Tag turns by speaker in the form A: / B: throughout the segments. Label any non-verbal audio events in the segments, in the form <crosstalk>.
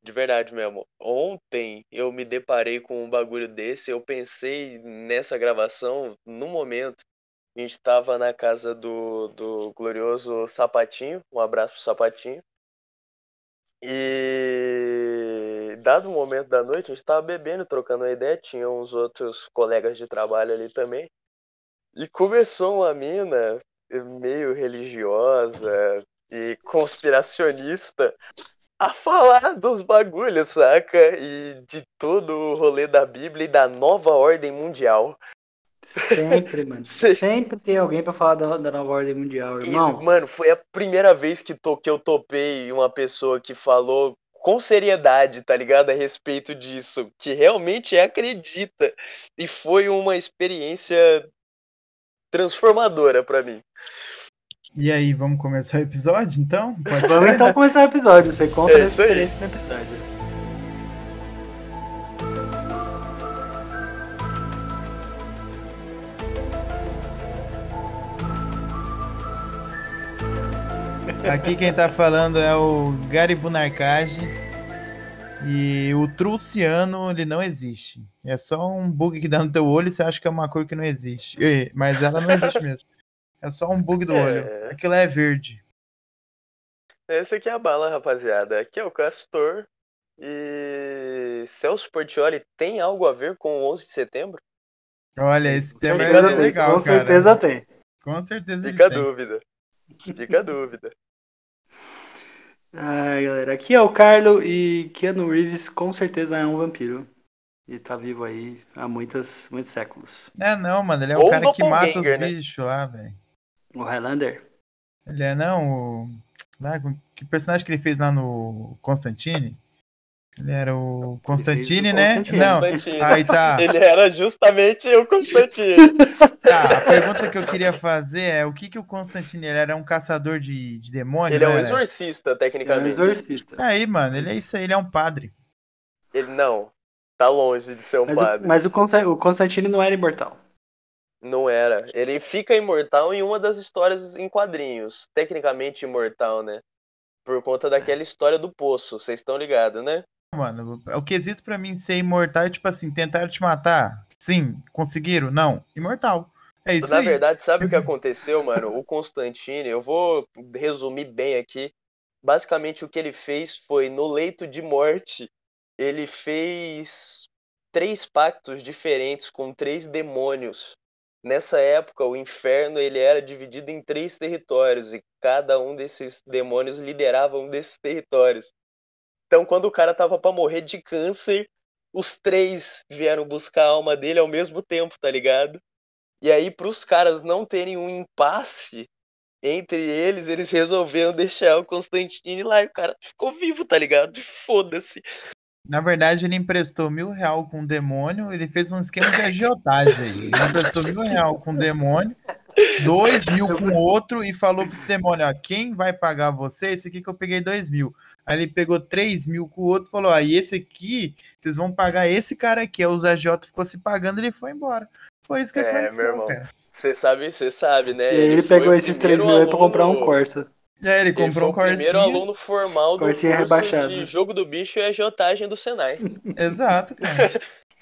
A: De verdade mesmo. Ontem eu me deparei com um bagulho desse, eu pensei nessa gravação no momento. A gente tava na casa do, do glorioso Sapatinho, um abraço pro Sapatinho. E dado o momento da noite, a gente tava bebendo, trocando uma ideia, tinha uns outros colegas de trabalho ali também. E começou uma mina meio religiosa e <laughs> conspiracionista a falar dos bagulhos, saca? E de todo o rolê da Bíblia e da nova ordem mundial.
B: Sempre, mano.
A: Sim.
B: Sempre tem alguém pra falar da, da nova ordem mundial,
A: E,
B: irmão.
A: mano, foi a primeira vez que, to, que eu topei uma pessoa que falou com seriedade, tá ligado? A respeito disso, que realmente acredita. E foi uma experiência transformadora pra mim.
C: E aí, vamos começar o episódio então? Pode
B: Vamos
C: ser?
B: então começar o episódio. Você conta
A: É
B: essa
A: isso aí.
B: experiência no episódio.
C: Aqui quem tá falando é o Gary Bunarcage. E o Truciano, ele não existe. É só um bug que dá no teu olho e você acha que é uma cor que não existe. Ê, Mas ela não existe mesmo. É só um bug do olho.
A: É.
C: Aquilo é verde.
A: Essa aqui é a bala, rapaziada. Aqui é o Castor. E Celso Portioli tem algo a ver com o 11 de setembro?
C: Olha, esse
B: Com
C: tema é
B: certeza
C: bem
B: tem,
C: legal,
B: Com
C: cara.
B: certeza tem.
C: Com certeza ele
A: Fica a
C: tem.
A: dúvida. Fica a dúvida.
B: Ai, galera. Aqui é o Carlo e Keanu Reeves com certeza é um vampiro. E tá vivo aí há muitas, muitos séculos.
C: É, não, mano, ele é
A: Ou
C: o cara que mata os
A: doppelganger, né?
C: bichos lá, velho.
B: O Highlander?
C: Ele é, não, o... lá, com- que personagem que ele fez lá no Constantine? Ele era o Constantine,
B: o
C: né?
B: Constantine.
C: <laughs> Não,
A: Constantino.
C: aí tá.
A: Ele era justamente o Constantino.
C: Tá, a pergunta que eu queria fazer é o que que o Constantine, ele era um caçador de, de demônio,
A: Ele é
C: não
A: um
C: era?
A: exorcista,
B: Ele é um
A: tecnicamente.
B: exorcista.
C: Aí, mano, ele é isso aí, ele é um padre.
A: Ele não. Tá longe de ser um
B: Mas, o,
A: padre.
B: mas o, Consta- o Constantine não era imortal.
A: Não era. Ele fica imortal em uma das histórias em quadrinhos. Tecnicamente imortal, né? Por conta daquela história do poço. Vocês estão ligados, né?
C: Mano, o quesito pra mim ser imortal é tipo assim, tentaram te matar? Sim. Conseguiram? Não. Imortal. É isso
A: Na
C: aí.
A: verdade, sabe o que aconteceu, mano? O Constantine, eu vou resumir bem aqui. Basicamente, o que ele fez foi no leito de morte, ele fez três pactos diferentes com três demônios. Nessa época, o inferno ele era dividido em três territórios e cada um desses demônios liderava um desses territórios. Então, quando o cara tava pra morrer de câncer, os três vieram buscar a alma dele ao mesmo tempo, tá ligado? E aí, para os caras não terem um impasse entre eles, eles resolveram deixar o Constantine lá e o cara ficou vivo, tá ligado? Foda-se.
C: Na verdade, ele emprestou mil real com um demônio, ele fez um esquema de agiotagem aí. Ele emprestou mil real com um demônio, dois mil com outro e falou pra esse demônio, ó, quem vai pagar você? Esse aqui que eu peguei dois mil. Aí ele pegou três mil com o outro e falou, ó, e esse aqui, vocês vão pagar esse cara aqui. Aí os agiotas ficou se pagando ele foi embora. Foi isso que
A: É, meu
C: aconteceu,
A: irmão.
C: cara.
A: Você sabe, você sabe, né?
B: e aí ele
A: foi
B: pegou
A: o
B: esses 3
A: primeiro
B: mil aí pra comprar um
A: aluno-
B: Corsa.
C: E aí ele
A: ele
C: comprou um
A: foi o primeiro
C: corzinho.
A: aluno formal do
B: Corsinha
A: curso
B: rebaixada.
A: de Jogo do Bicho e agiotagem do
B: <laughs>
A: Senai. <laughs>
C: Exato, cara.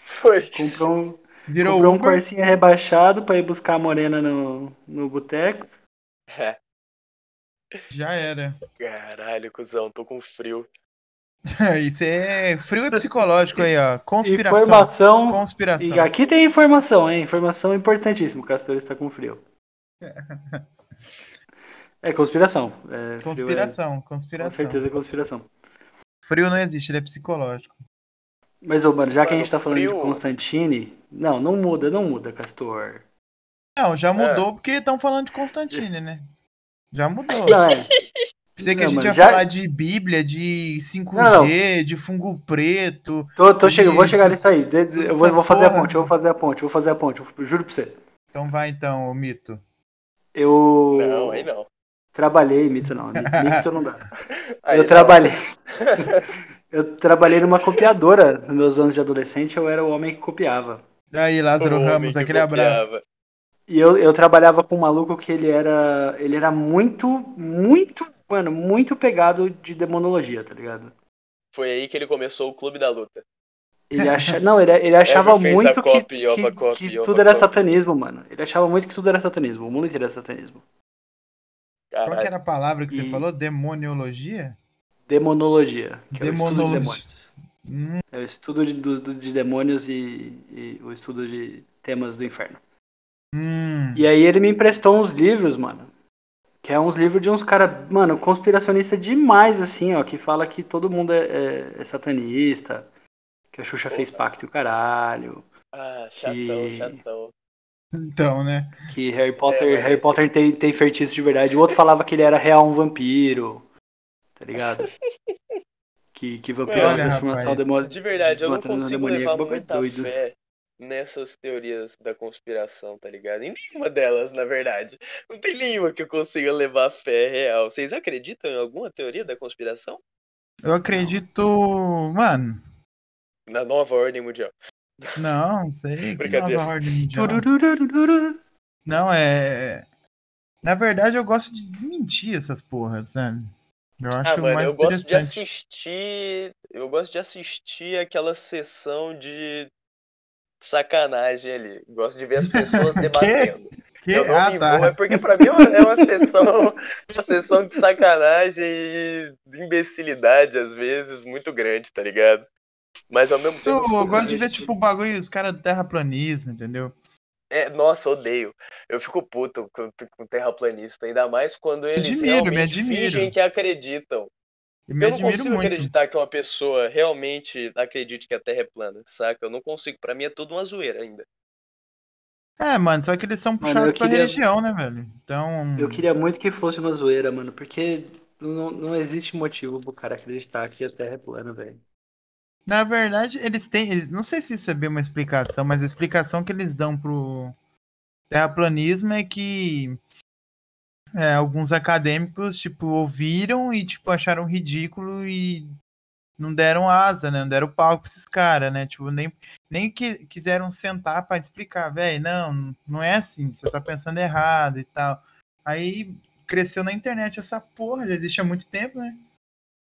A: Foi.
B: Comprou um,
C: Virou
B: comprou um
C: Uber.
B: Corsinha rebaixado pra ir buscar a morena no, no boteco.
A: É,
C: Já era. <laughs>
A: Caralho, cuzão, tô com frio.
C: Isso é frio e psicológico aí, ó. Conspiração.
B: Informação.
C: Conspiração.
B: E aqui tem informação, hein? Informação importantíssima. O Castor está com frio. É conspiração. É, frio
C: Conspiração,
B: É, com
C: conspiração.
B: certeza é conspiração.
C: Frio não existe, ele é psicológico.
B: Mas, ô, mano, já que a
A: Mano,
B: gente tá falando de
A: frio-
B: Constantine. Não, não muda, não muda, Castor.
C: Não,
B: É.
C: já mudou porque estão falando de Constantine, né? Já mudou.
B: Não, é.
C: Pensei que a
B: Não,
C: gente
B: mano,
C: ia
B: já-
C: falar de Bíblia, de 5G, de fungo preto.
B: Tô, tô chegando, vou
C: Gente,
B: chegar nisso aí. De- de- Eu vou,
C: essas
B: vou fazer a
C: porra.
B: ponte, eu vou fazer a ponte, eu vou fazer a ponte. eu juro pra você.
C: Então vai então, ô mito.
B: Eu
A: Não, aí não.
B: trabalhei, mito não. Mito,
C: <laughs>
B: mito não dá.
A: Aí
B: eu
A: não. <laughs>
B: trabalhei. eu trabalhei numa copiadora nos meus anos de adolescente, eu era o homem que copiava.
C: Aí,
A: O
C: Lázaro
A: homem
C: Ramos,
A: que
C: aquele abraço.
A: copiava.
B: E eu, eu trabalhava com um maluco que ele era. Ele era muito, muito, mano, muito pegado de demonologia, tá ligado?
A: Foi aí que ele começou o Clube da Luta.
B: Ele acha... Não, ele, ele achava
A: Ever fez a
B: muito que,
A: copy, Yova
B: que-
A: copy,
B: que
A: Yova
B: tudo era
A: copy.
B: satanismo, mano. Ele achava muito que tudo era satanismo. O mundo inteiro era satanismo.
A: Caralho.
C: Qual que era a palavra que você
B: E-
C: falou? Demoniologia?
B: Demonologia, que é o estudo de
C: Demonologia.
B: demônios. É o estudo de, do- do- de demônios e, e o estudo de temas do inferno.
C: Hum.
B: E aí ele me emprestou uns livros, mano. Que é uns livros de uns cara, mano, conspiracionista demais, assim, ó. Que fala que todo mundo é, é- é satanista. Que a Xuxa
A: Porra.
B: fez pacto e o caralho.
A: Ah, chatão,
B: Que-
A: chatão.
C: Então, né?
B: Que Harry Potter,
A: É, mas
B: Harry
A: esse-
B: Potter tem, tem feitiço de verdade. O outro falava que ele era real um vampiro. Tá
A: <laughs>
B: ligado? que, que vampiro é uma
C: Olha,
B: transformação
C: rapaz.
B: demo-
A: De verdade, eu não
B: transformação
A: consigo
B: demoníaca,
A: levar
B: bagulho
A: muita
B: doido.
A: fé nessas teorias da conspiração, tá ligado? Em nenhuma delas, na verdade. Não tem nenhuma que eu consiga levar fé real. Vocês acreditam em alguma teoria da conspiração?
C: Eu acredito. Mano,
A: Na nova ordem mundial.
C: não, não sei. Que
A: Brincadeira.
C: nova ordem mundial.
B: Turururururu.
C: Não, é. Na verdade, eu gosto de desmentir essas porras, sabe? Eu acho
A: Ah, mano,
C: mais
A: eu gosto de
C: interessante.
A: assistir. Eu gosto de assistir aquela sessão de sacanagem ali. Gosto de ver
C: <laughs>
A: as pessoas debatendo.
C: Que-
A: Eu não me
C: Ah,
A: envolvo, é
C: tá.
A: porque pra mim é uma- é uma sessão, <laughs> uma sessão de sacanagem e de imbecilidade, às vezes, muito grande, tá ligado? Mas ao mesmo
C: Eu,
A: tempo. fico
C: gosto de ver,
A: triste.
C: tipo, o bagulho, os caras do terraplanismo, entendeu?
A: É, nossa, odeio. Eu fico puto com, com terraplanista, ainda mais quando eles
C: Admiro, me
A: realmente
C: admiro.
A: fingem que acreditam.
C: E me
A: Eu não
C: admiro
A: consigo
C: muito.
A: acreditar que uma pessoa realmente acredite que a Terra é plana, saca? Eu não consigo. Pra mim é tudo uma zoeira ainda.
C: É, mano, só que eles são puxados
B: eu
C: pra
B: queria-
C: religião, né, velho? Então.
B: Eu queria muito que fosse uma zoeira, mano, porque não, não existe motivo pro cara acreditar que a Terra é plana, velho.
C: Na verdade, eles têm. Eles, não sei se isso é bem uma explicação, mas a explicação que eles dão pro terraplanismo é que é, alguns acadêmicos, tipo, ouviram e, tipo, acharam ridículo e não deram asa, né? Não deram palco pra esses caras, né? Tipo, nem, nem que, quiseram sentar pra explicar, velho, não, não é assim, você tá pensando errado e tal. Aí cresceu na internet essa porra, já existe há muito tempo, né?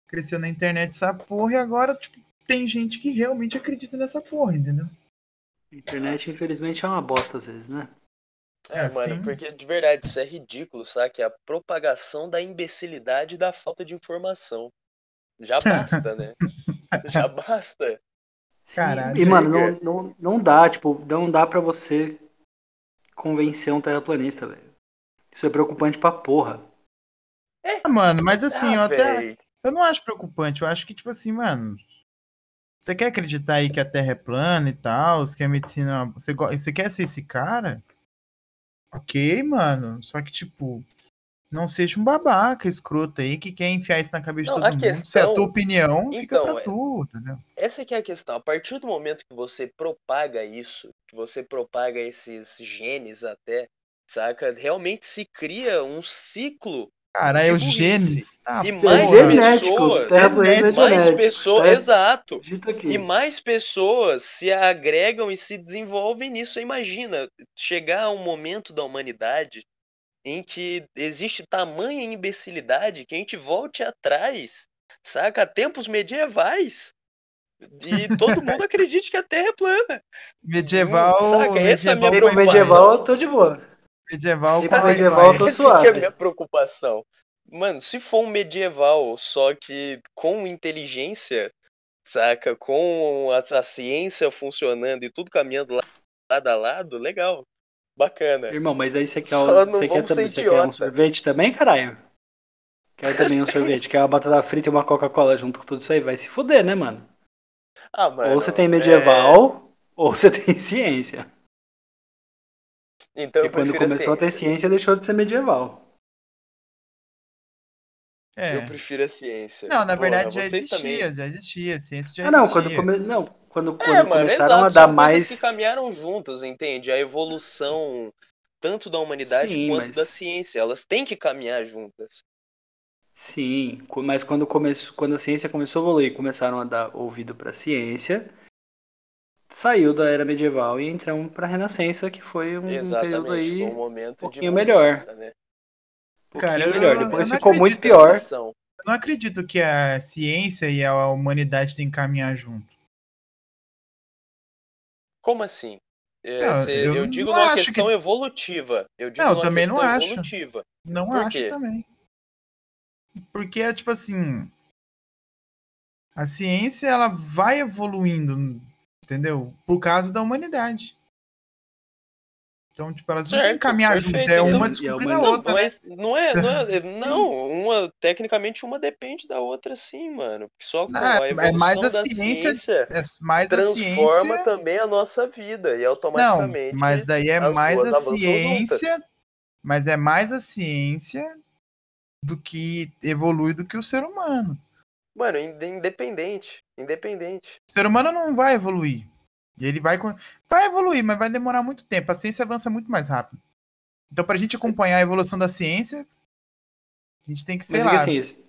C: Cresceu na internet essa porra e agora, tipo, tem gente que realmente acredita nessa porra, entendeu?
B: A internet, infelizmente, é uma bosta às vezes, né?
A: É,
C: É,
A: mano,
C: sim.
A: porque de verdade isso é ridículo, saca? É a propagação da imbecilidade e da falta de informação.
C: <laughs>
A: Já basta, né? Já basta.
C: Caralho.
B: E, mano, não,
A: Chega.
B: não, não dá, tipo, não dá pra você convencer um terraplanista, velho. Isso é preocupante pra porra.
C: Ah, mano, mas assim, eu
A: Ah,
C: até.
A: véi.
C: Eu não acho preocupante, eu acho que, tipo assim, mano. Você quer acreditar aí que a Terra é plana e tal? Você quer medicina. Você, go- você quer ser esse cara? Ok, mano. Só que, tipo, não seja um babaca escroto aí que quer enfiar isso na cabeça
A: Não,
C: de
A: a
C: todo mundo. Se é a
A: questão-
C: tua opinião, fica
A: Então,
C: pra
A: é-
C: tu, entendeu?
A: Essa que é a questão. A partir do momento que você propaga isso, que você propaga esses genes até, saca? Realmente se cria um ciclo
C: Cara,
A: Que
C: é o
A: burrice.
C: genes. Tá,
A: E
B: É
A: Mais pessoas.
B: genético, terraplanista é
C: Genético.
A: mais
B: genético.
A: pessoas.
B: é.
A: Exato.
B: Dito aqui.
A: E mais pessoas se agregam e se desenvolvem nisso. Você Imagina chegar a um momento da humanidade em que existe tamanha imbecilidade que a gente volte atrás, saca? A Tempos medievais. E todo mundo acredite que a Terra é plana.
C: Medieval.
A: Saca, essa é a minha
B: Nem pro
C: medieval,
A: preocupação.
B: medieval eu tô de boa.
C: medieval
B: Nem
C: com
B: pro
C: Wi-Fi.
B: medieval eu tô
A: Essa que é a
B: suave.
A: minha preocupação. Mano, se for um medieval, só que com inteligência, saca? Com a, a ciência funcionando e tudo caminhando la- lado a lado, legal. Bacana.
B: Irmão, mas aí você quer,
A: É. Só
B: o-
A: não
B: você quer,
A: vamos
B: também,
A: ser
B: você quer um
A: idiota.
B: sorvete também, caralho? Quer também um sorvete, quer uma batata frita e uma Coca-Cola junto com tudo isso aí? Vai se fuder, né, mano?
A: Ah, mano.
B: ou você tem
A: é,
B: medieval, ou você tem <laughs> ciência.
A: Então eu
B: e tipo, quando
A: prefiro a
B: começou a ter
A: ciência.
B: ciência, deixou de ser medieval.
C: É.
A: Eu prefiro a ciência.
C: Não, na
A: Porra,
C: verdade já
A: é vocês
C: existia,
A: também.
C: já existia, a ciência já
B: Ah, não,
C: existia.
B: quando, come... não, quando,
A: É, mano,
B: quando começaram
A: exato,
B: a
A: são coisas
B: dar mais.
A: que caminharam juntos, entende? A evolução tanto da humanidade
B: Sim,
A: quanto
B: mas-
A: da ciência, elas têm que caminhar juntas.
B: Sim, co- mas quando, começou, quando a ciência começou a evoluir, começaram a dar ouvido para a ciência, saiu da era medieval e entramos para a Renascença, que foi um período
A: Exatamente,
B: aí
A: foi um
B: um
A: momento de
B: pouquinho melhor.
A: né?
B: pouquinho
C: Cara, eu-
B: melhor.
C: eu
B: Depois
C: não
B: ficou muito
C: acredito
B: pior.
A: Transição.
C: Eu não acredito que a ciência e a humanidade têm que caminhar junto.
A: Como assim? É,
C: Não,
A: cê- eu,
C: eu
A: digo
C: não
A: numa
C: acho
A: questão evolutiva. Eu digo
C: Não, eu
A: numa
C: também
A: questão
C: não acho.
A: evolutiva.
C: Não
A: Por
C: acho
A: quê?
C: também. Porque é tipo assim, a ciência ela vai evoluindo, entendeu? Por causa da humanidade. Então, tipo, elas não têm
A: Certo,
C: que caminhar
A: perfeito,
C: junto, é
A: então.
B: E
C: uma
B: a
C: descobrindo a
B: humanidade-
C: outra. né?
A: Mas não é, não
C: <laughs>
A: é, não, uma tecnicamente uma depende da outra sim, mano. Porque Só com
C: Não,
A: a
C: é- é
A: evolução
C: mais a
A: da
C: ciência É mais a
A: transforma
C: ciência.
A: também a nossa vida e
C: Não,
A: automaticamente.
C: mas daí é
A: as
C: mais
A: duas
C: a
A: avançam
C: ciência. Mas é mais a ciência do que evolui do que o ser humano.
A: Mano, in- independente, independente.
C: O ser humano não vai evoluir. Ele vai, con- vai evoluir, mas vai demorar muito tempo. A ciência avança muito mais rápido. Então, para a gente acompanhar a evolução da ciência, a gente tem que, sei
B: Mas é que
C: lá,
B: assim, esse-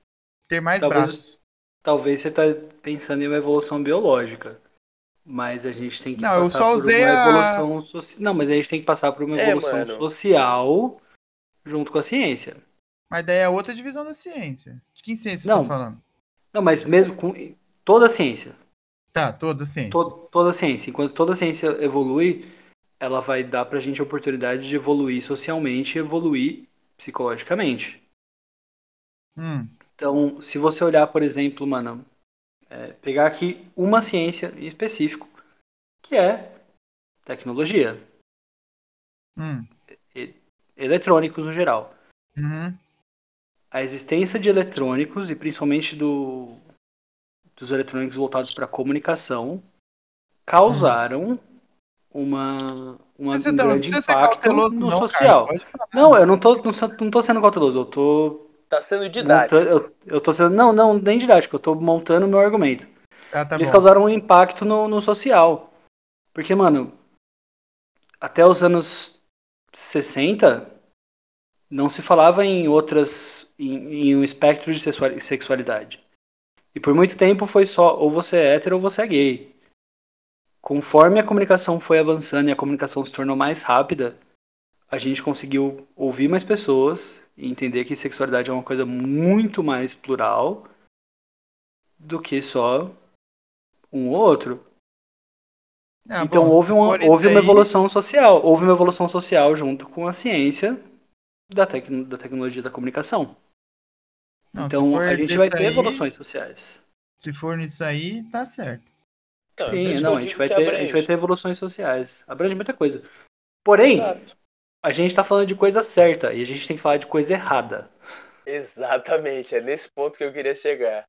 C: ter mais
B: talvez-
C: braços.
B: talvez você tá pensando em uma evolução biológica. Mas a gente tem que
C: Não,
B: passar
C: eu só
B: por
C: usei
B: uma
C: a-
B: evolução social. Não, mas a gente tem que passar por uma
A: É,
B: evolução
A: mano.
B: social junto com a ciência.
C: Mas daí é outra divisão da ciência. De que ciência vocês
B: Não.
C: estão falando?
B: Não, mas mesmo com toda a ciência.
C: Tá, toda a ciência.
B: To- toda a ciência. Enquanto toda a ciência evolui, ela vai dar pra gente a oportunidade de evoluir socialmente e evoluir psicologicamente.
C: Hum,
B: Então, se você olhar, por exemplo, mano, é, pegar aqui uma ciência em específico, que é tecnologia,
C: hum,
B: eletrônicos no geral.
C: uhum.
B: A existência de eletrônicos, e principalmente do, dos eletrônicos voltados para comunicação, causaram uma, uma
C: Não precisa,
B: um
C: ser- não
B: grande
C: precisa ser
B: impacto
C: cauteloso,
B: no
C: não,
B: social.
C: cara. Pode falar.
B: Não, eu não tô, não, sou- não tô sendo cauteloso, eu tô.
A: Tá sendo
B: monta-
A: didático.
B: Eu, eu tô sendo. Não, não, nem didático, eu tô montando o meu argumento.
C: Ah, tá
B: Eles
C: bom.
B: causaram um impacto no, no social. Porque, mano, até os anos 60 não se falava em outras. em, em um espectro de sexua- sexualidade. E por muito tempo foi só ou você é hétero ou você é gay. Conforme a comunicação foi avançando e a comunicação se tornou mais rápida, a gente conseguiu ouvir mais pessoas e entender que sexualidade é uma coisa muito mais plural do que só um ou outro.
C: Ah,
B: então
C: bom,
B: houve
C: se
B: uma,
C: for isso
B: houve uma
C: aí,
B: evolução social. Houve uma evolução social junto com a ciência da, tec da tecnologia da comunicação.
C: não, se
B: então
C: for
B: a gente vai
C: desse
B: ter
C: aí,
B: evoluções sociais.
C: Se for nisso aí, tá certo.
A: Não, é por isso
B: Sim,
A: que
B: não,
A: eu
B: a gente,
A: digo
B: vai
A: que
B: ter, a gente
A: abrange.
B: vai ter evoluções sociais. Abrange muita coisa. Porém,
A: Exato.
B: a gente tá falando de coisa certa e a gente tem que falar de coisa errada. <laughs>
A: Exatamente, é nesse ponto que eu queria chegar.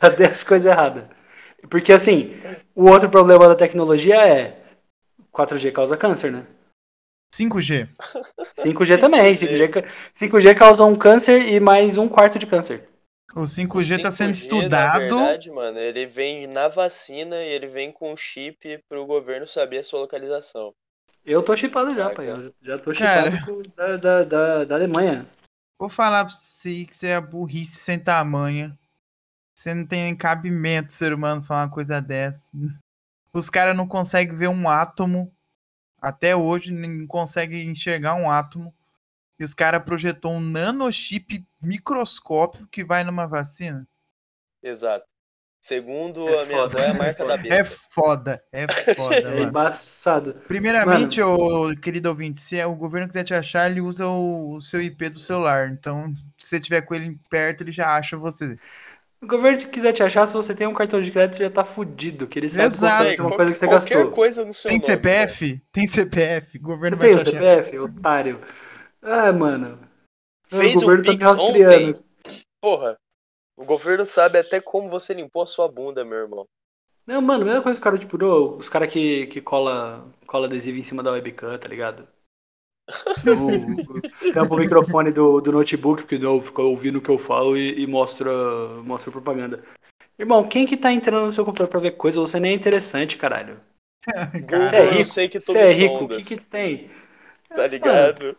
B: Cadê as coisas erradas? Porque assim, o outro problema da tecnologia é 4G causa câncer, né?
C: 5G.
B: 5G também.
A: 5G.
B: 5G, ca- 5G causa um câncer e mais um quarto de câncer.
C: O 5G, tá sendo
A: 5G,
C: estudado.
A: Na verdade, mano, ele vem na vacina e ele vem com um chip pro governo saber a sua localização.
B: Eu tô chipado já,
A: Saca.
B: pai. Eu já tô
C: Cara.
B: chipado com- da, da, da, da Alemanha.
C: Vou falar pra você que você é burrice sem tamanho. Você não tem cabimento, ser humano, falar uma coisa dessa. Os caras não conseguem ver um átomo. Até hoje, não conseguem enxergar um átomo. E os caras projetou um nanochip microscópio que vai numa vacina.
A: Exato. Segundo
B: <laughs> É
A: a minha
B: foda.
A: avó, é a marca da
C: É
A: besta.
C: foda, é
A: <laughs>
C: foda,
B: É
C: mano.
B: embaçado.
C: Primeiramente, ô, querido ouvinte, se é o governo quiser te achar, ele usa o, o seu IP do celular. Então, se você tiver com ele perto, ele já acha você.
B: O governo te- quiser te achar, se você tem um cartão de crédito, você já tá fudido. Que ele sabe que
C: Exato.
B: você- uma coisa que você
A: Qualquer
B: gastou.
A: coisa no seu
C: Tem
A: nome, né?
C: CPF? Tem CPF. O governo
B: Você
C: vai
B: tem
C: te
B: o
C: achar.
B: CPF, otário? Ah, mano. Ah,
A: Fez
B: o
A: um
B: governo tá me
A: Pix ontem.
B: rastreando.
A: Porra, o governo sabe até como você limpou a sua bunda, meu
C: <laughs>
A: irmão.
B: Não, mano, a mesma coisa que o cara, tipo, do- os caras que, que cola, cola adesivo em cima da webcam, tá ligado? O- o- Tampa o microfone do, do notebook, porque não fica ouvindo o que eu falo e, e mostra, mostra propaganda. Irmão, quem que tá entrando no seu computador pra ver coisa? Você nem é interessante, caralho.
C: <laughs>
A: Google,
B: Cê é
A: eu
B: rico,
A: sei que tu
B: Você
A: me
B: é rico, o
A: sondas,
B: que que tem?
A: tá ligado?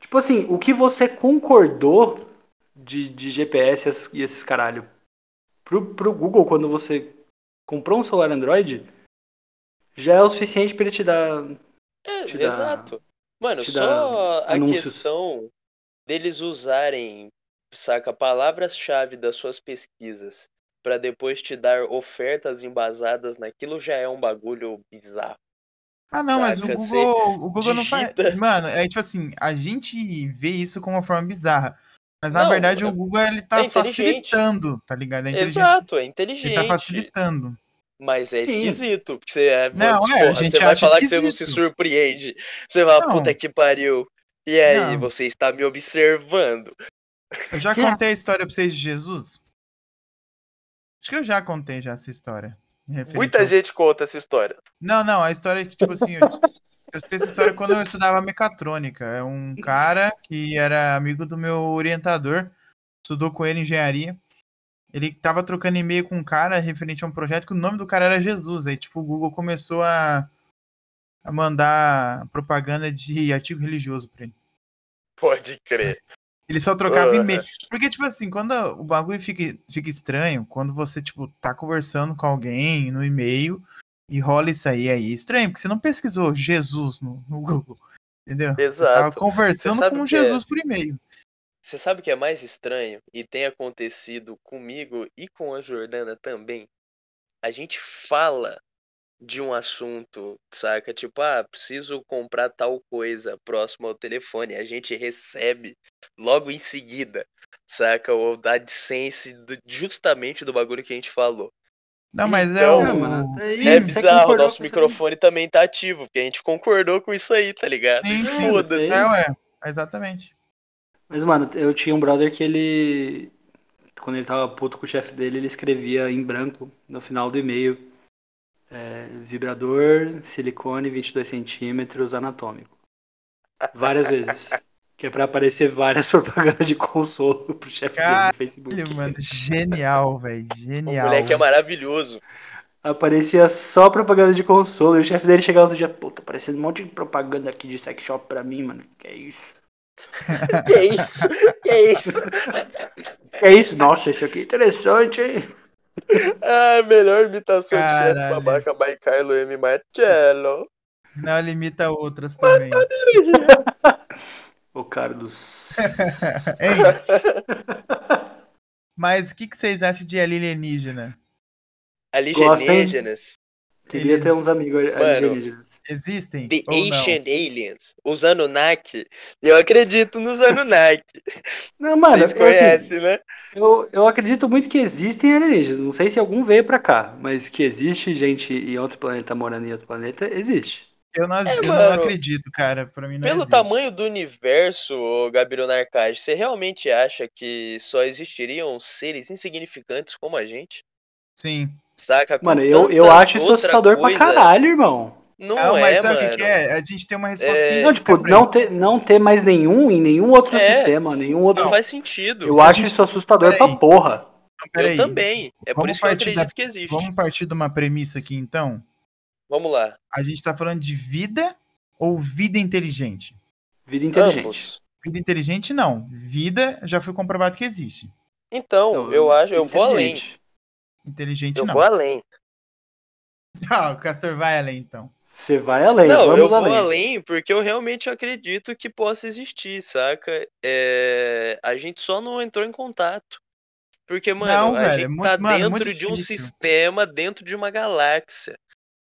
B: Tipo assim, o que você concordou de, de GPS e esses- e esses caralho pro, pro Google quando você comprou um celular Android já é o suficiente pra ele te dar.
A: É,
B: te dá-
A: exato. Mano,
B: te
A: só a
B: dá anúncios.
A: questão deles usarem saca palavras-chave das suas pesquisas para depois te dar ofertas embasadas naquilo já é um bagulho bizarro.
C: Ah, não, Saca, mas o Google, o Google não faz. Mano, é tipo assim, a gente vê isso como uma forma bizarra. Mas na
A: Não,
C: verdade
A: é-
C: o Google ele tá
A: é inteligente.
C: facilitando, tá ligado? É inteligência.
A: Exato, é
C: Ele
A: inteligente.
C: tá facilitando.
A: Mas é
B: Sim.
A: esquisito, porque você é.
C: Não,
A: porra,
C: é, a gente
A: você vai
C: acha
A: falar que você não se
C: esquisito.
A: surpreende. Você vai,
C: Não.
A: puta que pariu. E aí,
C: Não.
A: você está me observando.
C: Eu já
B: Que-
C: contei a história pra vocês de Jesus? Acho que eu já contei já essa história. referente
A: Muita
C: ao-
A: gente conta essa história.
C: Não, não, a história é que, tipo assim, eu, eu sei essa história quando eu estudava mecatrônica. É um cara que era amigo do meu orientador, estudou com ele engenharia. Ele tava trocando e-mail com um cara referente a um projeto que o nome do cara era Jesus. Aí, tipo, o Google começou a, a mandar propaganda de artigo religioso pra ele.
A: Pode crer. Ah.
C: Ele só trocava
A: Porra.
C: e-mail. Porque, tipo assim, quando o bagulho fica, fica estranho, quando você, tipo, tá conversando com alguém no e-mail e rola isso aí, aí é estranho, porque você não pesquisou Jesus no, no Google, entendeu? Você tava
A: Exato. Você
C: conversando
A: sabe
C: com
A: o que é?
C: Jesus por e-mail.
A: Você sabe o que é mais estranho e tem acontecido comigo e com a Jordana também? A gente fala de um assunto, saca? Tipo, ah, preciso comprar tal coisa próximo ao telefone. A gente recebe logo em seguida, saca? Ou da AdSense do- justamente do bagulho que a gente falou.
C: Não, mas é
A: Então,
C: o...
B: Ah, mano, é
C: sim,
A: é
B: você
A: bizarro, o
B: concordou
A: nosso
B: com isso aí?
A: microfone também tá ativo, porque a gente concordou com isso aí, tá ligado?
C: sim, sim.
A: Foda-se.
C: É, ué, exatamente.
B: Mas, mano, eu tinha um brother que ele. Quando ele tava puto com o chefe dele, ele escrevia em branco no final do e-mail: é, vibrador, silicone 22 centímetros, anatômico. Várias vezes. Que é pra aparecer várias <laughs> propagandas de consolo pro chefe dele no Facebook.
C: Olha, mano, genial, velho,
A: O
C: genial.
A: moleque é maravilhoso.
B: Aparecia só propaganda de consolo. E o chefe dele chegava outro dia: Pô, tá aparecendo um monte de propaganda aqui de sex shop pra mim, mano. Que é isso?
A: <laughs> Que isso? Que isso?
B: Que isso? Nossa, isso aqui é interessante, hein?
A: Ah, melhor imitação de chefe
C: Caralho.
A: babaca by Carlo M. Marcello.
C: Não limita outras
A: <laughs>
C: também.
B: Ô, Carlos.
C: Hein? Mas o que, que vocês acham de alienígena?
A: Alienígenas.
B: Queria ter uns amigos
A: Mano.
B: alienígenas.
C: Existem?
A: The
C: ou não?
A: Ancient Aliens. Os Anunnaki. Eu acredito nos Anunnaki.
B: Não, mano,
A: Vocês
B: eu, assim,
A: conhecem, né?
B: eu, eu acredito muito que existem alienígenas. Não sei se algum veio pra cá, mas que existe gente em outro planeta morando em outro planeta, existe.
C: Eu não, eu não
A: É, mano.
C: acredito, cara. Pra mim não
A: Pelo
C: existe.
A: tamanho do universo, ô, Gabriel Narcage, você realmente acha que só existiriam seres insignificantes como a gente?
C: Sim.
A: Saca? Com
B: Mano, eu, eu
A: tanta
B: acho isso
A: outra
B: assustador pra
A: coisa.
B: caralho, irmão.
A: Não,
C: Não,
A: é,
C: mas sabe o
A: mano.
C: que, que é? A gente tem uma resposta
A: É.
C: científica
B: Não, tipo,
C: pra
B: não
C: isso.
B: ter, não ter mais nenhum em nenhum outro
A: É.
B: sistema, nenhum outro.
A: Não faz sentido.
B: eu
C: Se a
B: acho
C: gente-
B: isso assustador pra
C: Peraí.
B: porra.
C: Então,
A: Eu
C: peraí.
A: também. É por
C: Vamos
A: isso que eu
C: partir
A: acredito
C: da-
A: que existe. Vamos,
C: Vamos partir de uma premissa aqui, então.
A: lá.
C: A gente tá falando de vida ou vida inteligente?
B: Vida inteligente.
A: Ambos.
C: Vida inteligente, não. Vida já foi comprovado que existe.
A: Então,
B: Não,
A: eu acho, eu vou além.
B: inteligente.
C: Inteligente,
A: Eu
C: não.
A: vou além.
C: <laughs> Ah, o Castor vai além, então.
B: Você vai além,
A: Não,
B: vamos
A: eu vou
B: além.
A: além porque eu realmente acredito que possa existir, saca? É, A gente só não entrou em contato. Porque, mano,
C: Não,
A: a
C: velho, é
A: gente
C: muito-
A: tá
C: mano, é muito
A: dentro de um
C: difícil.
A: sistema, dentro de uma galáxia.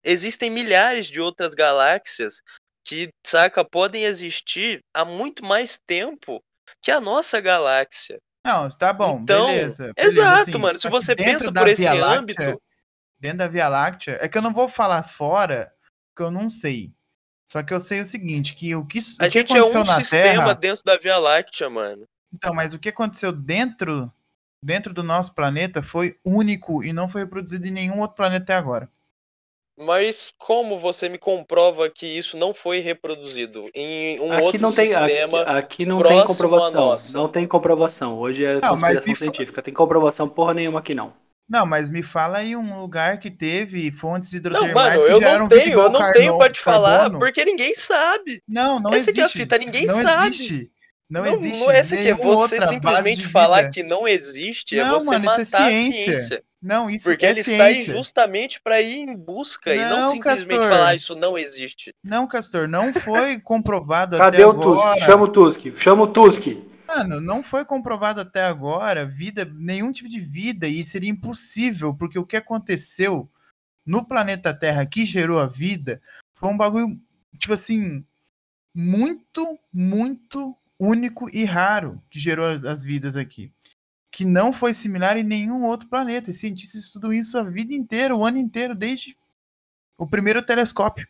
A: Existem milhares de outras galáxias que, saca, podem existir há muito mais tempo que a nossa galáxia.
C: Não, tá bom,
A: Então,
C: beleza. beleza,
A: Exato,
C: assim,
A: mano. Se
C: só que
A: você
C: dentro
A: pensa
C: da
A: por esse
C: Via
A: âmbito,
C: Láctea, dentro da Via Láctea, é que eu não vou falar fora, porque eu não sei. Só que eu sei o seguinte, que o que,
A: a
C: o que
A: gente é um
C: aconteceu na
A: sistema
C: Terra,
A: dentro da Via Láctea, mano.
C: então, mas o que aconteceu dentro dentro do nosso planeta foi único e não foi reproduzido em nenhum outro planeta até agora.
A: Mas como você me comprova que isso não foi reproduzido em um
B: Aqui
A: outro
B: não tem, aqui,
A: sistema?
B: aqui não
A: próximo
B: tem
A: à
B: comprovação.
A: nossa.
B: Não tem comprovação. Hoje é
C: Não, mas
B: conspiração
C: me fa-
B: científica. Tem comprovação porra nenhuma aqui não.
C: Não, mas me fala aí um lugar que teve fontes
A: Não,
C: hidrotermais
A: mano,
C: que
A: eu
C: geraram
A: não
C: vida
A: tenho,
C: igual
A: eu não tenho
C: carno-
A: pra te falar,
C: carbono.
A: porque ninguém sabe.
C: Não, não
A: Essa
C: existe.
A: aqui é a fita, ninguém
C: não
A: sabe.
C: existe. Não,
A: Não,
C: existe.
A: não é essa que é
C: nenhuma
A: você
C: outra base de
A: simplesmente falar
C: vida.
A: que não existe, é
C: Não,
A: você
C: mano, isso
A: matar
C: é
A: a
C: ciência.
A: ciência.
C: Não, isso
A: Porque
C: é
A: ele está aí
C: ciência.
A: justamente pra ir em busca e não
C: Não,
A: simplesmente
C: Castor.
A: falar isso não existe.
C: Não, Castor, não foi comprovado
B: Cadê
C: até
B: o
C: agora.
B: Tusk? Chama o Tusk. Chama o Tusk.
C: Mano, não foi comprovado até agora vida, nenhum tipo de vida, e seria impossível, porque o que aconteceu no planeta Terra que gerou a vida foi um bagulho, tipo assim, muito, muito único e raro que gerou as, as vidas aqui. Que não foi similar em nenhum outro planeta. E cientistas estudam isso a vida inteira, o ano inteiro, desde o primeiro telescópio.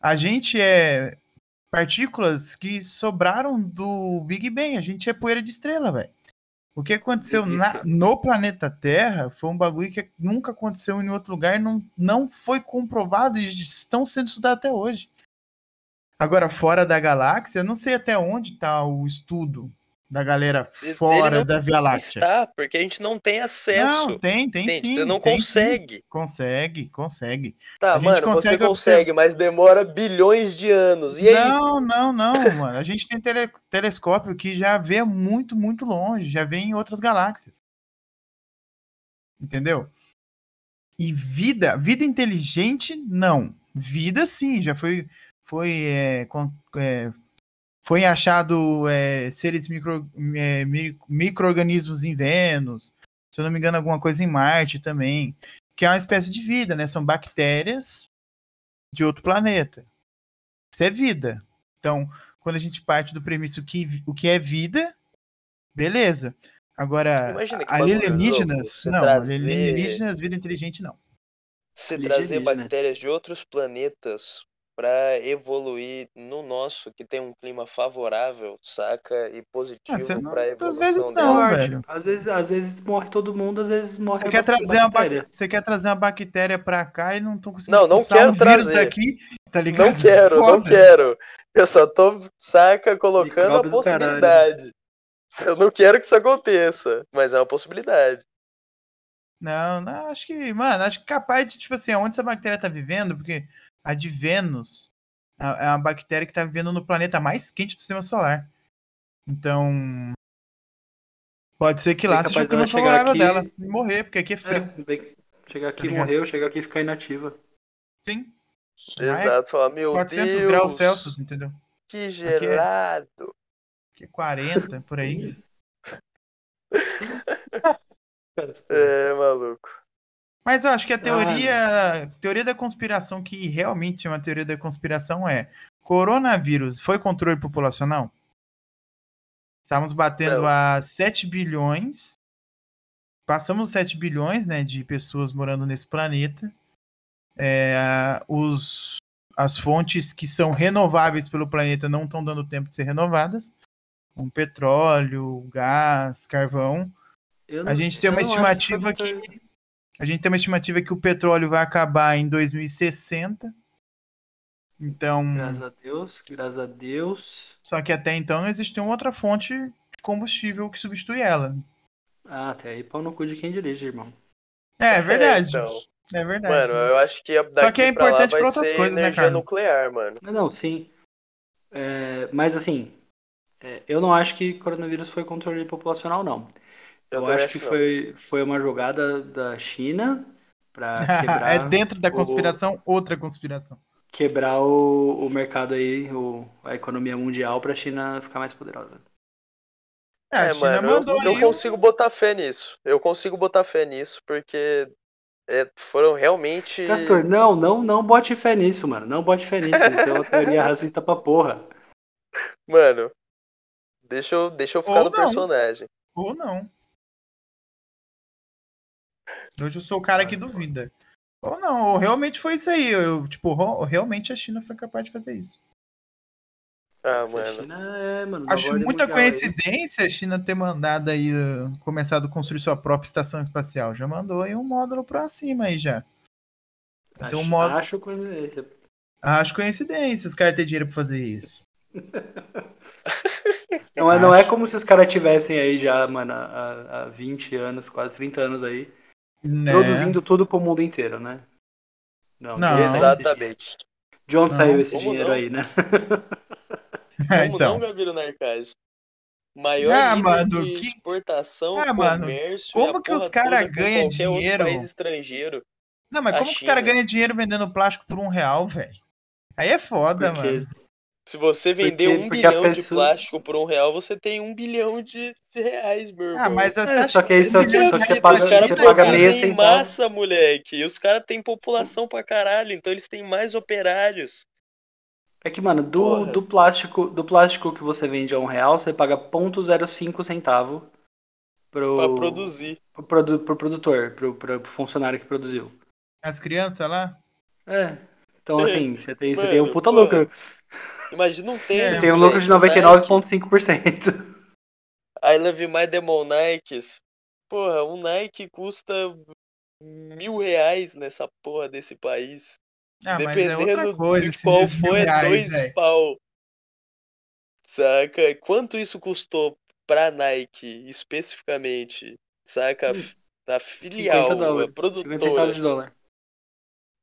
C: A gente é partículas que sobraram do Big Bang. A gente é poeira de estrela, velho. O que aconteceu na, no planeta Terra foi um bagulho que nunca aconteceu em outro lugar, não, não foi comprovado e estão sendo estudados até hoje. Agora, fora da galáxia, eu não sei até onde está o estudo da galera fora da Via Láctea.
A: Está, porque a gente não tem acesso.
C: Não, tem, tem, tem sim. Você
A: não
C: tem,
A: consegue. Sim.
C: Consegue, consegue.
A: Tá, a mano, consegue você consegue, mas demora bilhões de anos. E
C: não, aí? não, não, mano. A gente tem tele, telescópio que já vê muito, muito longe, já vê em outras galáxias. Entendeu? E vida, vida inteligente, não. Vida sim, já foi foi é, com, é, foi achado é, seres micro, é, micro-organismos em Vênus, se eu não me engano, alguma coisa em Marte também, que é uma espécie de vida, né? São bactérias de outro planeta. Isso é vida. Então, quando a gente parte do premisso que o que é vida, beleza. Agora, É, alienígenas, não, trazer... alienígenas, vida inteligente, não.
A: Se trazer bactérias de outros planetas para evoluir no nosso, que tem um clima favorável, saca? E positivo ah, para evolução.
C: Às vezes não,
B: morte.
C: velho.
B: Às vezes, às vezes morre todo mundo, às vezes morre
C: você quer trazer uma bactéria. Você quer trazer uma bactéria para cá e não tô conseguindo não, não quero um trazer. vírus daqui, tá ligado?
A: Não quero, Foda. não quero. Eu só tô, saca, colocando a possibilidade. Eu não quero que isso aconteça, mas é uma possibilidade.
C: Não, não, acho que, mano, acho que capaz de, tipo assim, onde essa bactéria tá vivendo, porque a de Vênus é uma bactéria que está vivendo no planeta mais quente do sistema solar. Então. Pode ser que lá seja o clima favorável aqui... dela e morrer, porque aqui é frio.
B: É, chegar aqui tá morreu, chegar aqui e ficar inativa.
C: Sim.
A: Exato, ó, meu
C: 400
A: Deus.
C: é? graus Celsius, entendeu?
A: Que gelado!
C: Aqui é, aqui é 40, por aí. Hum.
A: é, maluco.
C: Mas eu acho que a teoria, ah. teoria da conspiração, que realmente é uma teoria da conspiração, é: coronavírus foi controle populacional? Estamos batendo não. a 7 bilhões. Passamos 7 bilhões né, de pessoas morando nesse planeta. É, os, as fontes que são renováveis pelo planeta não estão dando tempo de ser renovadas. Como petróleo, gás, carvão. Não, a gente tem uma estimativa que. que... A gente tem uma estimativa que o petróleo vai acabar em 2060. Então.
B: Graças a Deus, graças a Deus.
C: Só que até então não existe uma outra fonte de combustível que substitui ela.
B: Ah, até aí pau no cu de quem dirige, irmão.
A: <laughs>
C: É, verdade. É, então. é verdade.
A: Mano,
C: <laughs>
A: eu acho que.
C: Só que é importante para outras coisas, né, cara?
A: nuclear, mano.
B: Não, sim. É, mas assim, é, eu não acho que coronavírus foi controle populacional, não. Eu, eu acho que não. foi, foi uma jogada da China para quebrar.
C: <laughs> é dentro da conspiração, o, outra conspiração.
B: Quebrar o, o mercado aí, o, a economia mundial para a China ficar mais poderosa.
A: É, a é, China mano, mandou eu, eu consigo botar fé nisso. Eu consigo botar fé nisso porque é, foram realmente.
B: Castor, não, não, não bote fé nisso, mano. Não bote fé nisso. Isso é uma <laughs> teoria racista pra porra.
A: Mano, deixa eu, deixa eu ficar Ou no não. personagem.
C: Ou não. Hoje eu sou o cara que duvida. Ou não, ou realmente foi isso aí. Eu, tipo, realmente a China foi capaz de fazer isso.
A: Ah, mano.
B: É, mano
C: Acho muita coincidência aí. a China ter mandado aí, uh, começado a construir sua própria estação espacial. Já mandou aí um módulo pra cima aí já.
B: Acho, então, um módulo... acho coincidência.
C: Acho coincidência os caras terem dinheiro pra fazer isso.
B: não, é, não é como se os caras tivessem aí já, mano, há, há 20 anos, quase 30 anos aí.
C: É.
B: Né?
C: <laughs>
B: Produzindo tudo pro mundo inteiro, né?
A: Não, não. exatamente.
B: De onde não, saiu esse dinheiro não? aí, né?
A: <laughs> É, como então. não, Gabriel Narcage? Maior ah, mano, de que... exportação, ah, mano, comércio...
C: Como que os caras ganham dinheiro?
A: país estrangeiro.
C: Não, mas como China? que os caras ganham dinheiro vendendo plástico por um real, velho? Aí é foda, Porque... mano.
A: Se você vender
B: Porque-
A: um
B: porque a
A: bilhão de
B: pessoa-
A: plástico por um real, você tem um bilhão de reais, meu irmão.
C: Ah, mas assim,
B: É, só que aí só,
A: Esse
B: só que você
A: cara- tá
B: paga,
A: os caras
B: você paga
C: né?
A: produzem
B: meia
A: é em
B: centavo.
A: massa, moleque. E os caras têm população pra caralho, então eles têm mais operários.
B: É que, mano, do,
A: Porra.
B: do plástico do plástico que você vende a um real, você paga 0,05 centavo pro,
A: Pra produzir.
B: pro, produ- pro produtor, pro, pro funcionário que produziu.
C: as crianças lá.
B: É. Então, assim, você tem, você
A: Mano,
B: tem um puta
A: porra.
B: lucro.
A: Imagina um
C: É,
A: tênis.
B: Você tem um
A: moleque,
B: lucro de
A: Nike,
B: 99,5%. <laughs>
A: I love my demon Nikes. Porra, um Nike custa mil reais nessa porra desse país.
C: Ah, mas é
A: Dependendo
C: outra
A: de
C: coisa. Esse
A: qual
C: mil
A: for, é
C: reais,
A: dois
C: velho.
A: pau. Saca? Quanto isso custou pra Nike, especificamente? Saca?
B: Hum,
A: Da filial, a
B: dólares, 50 centavos
A: produtora.
B: de dólar.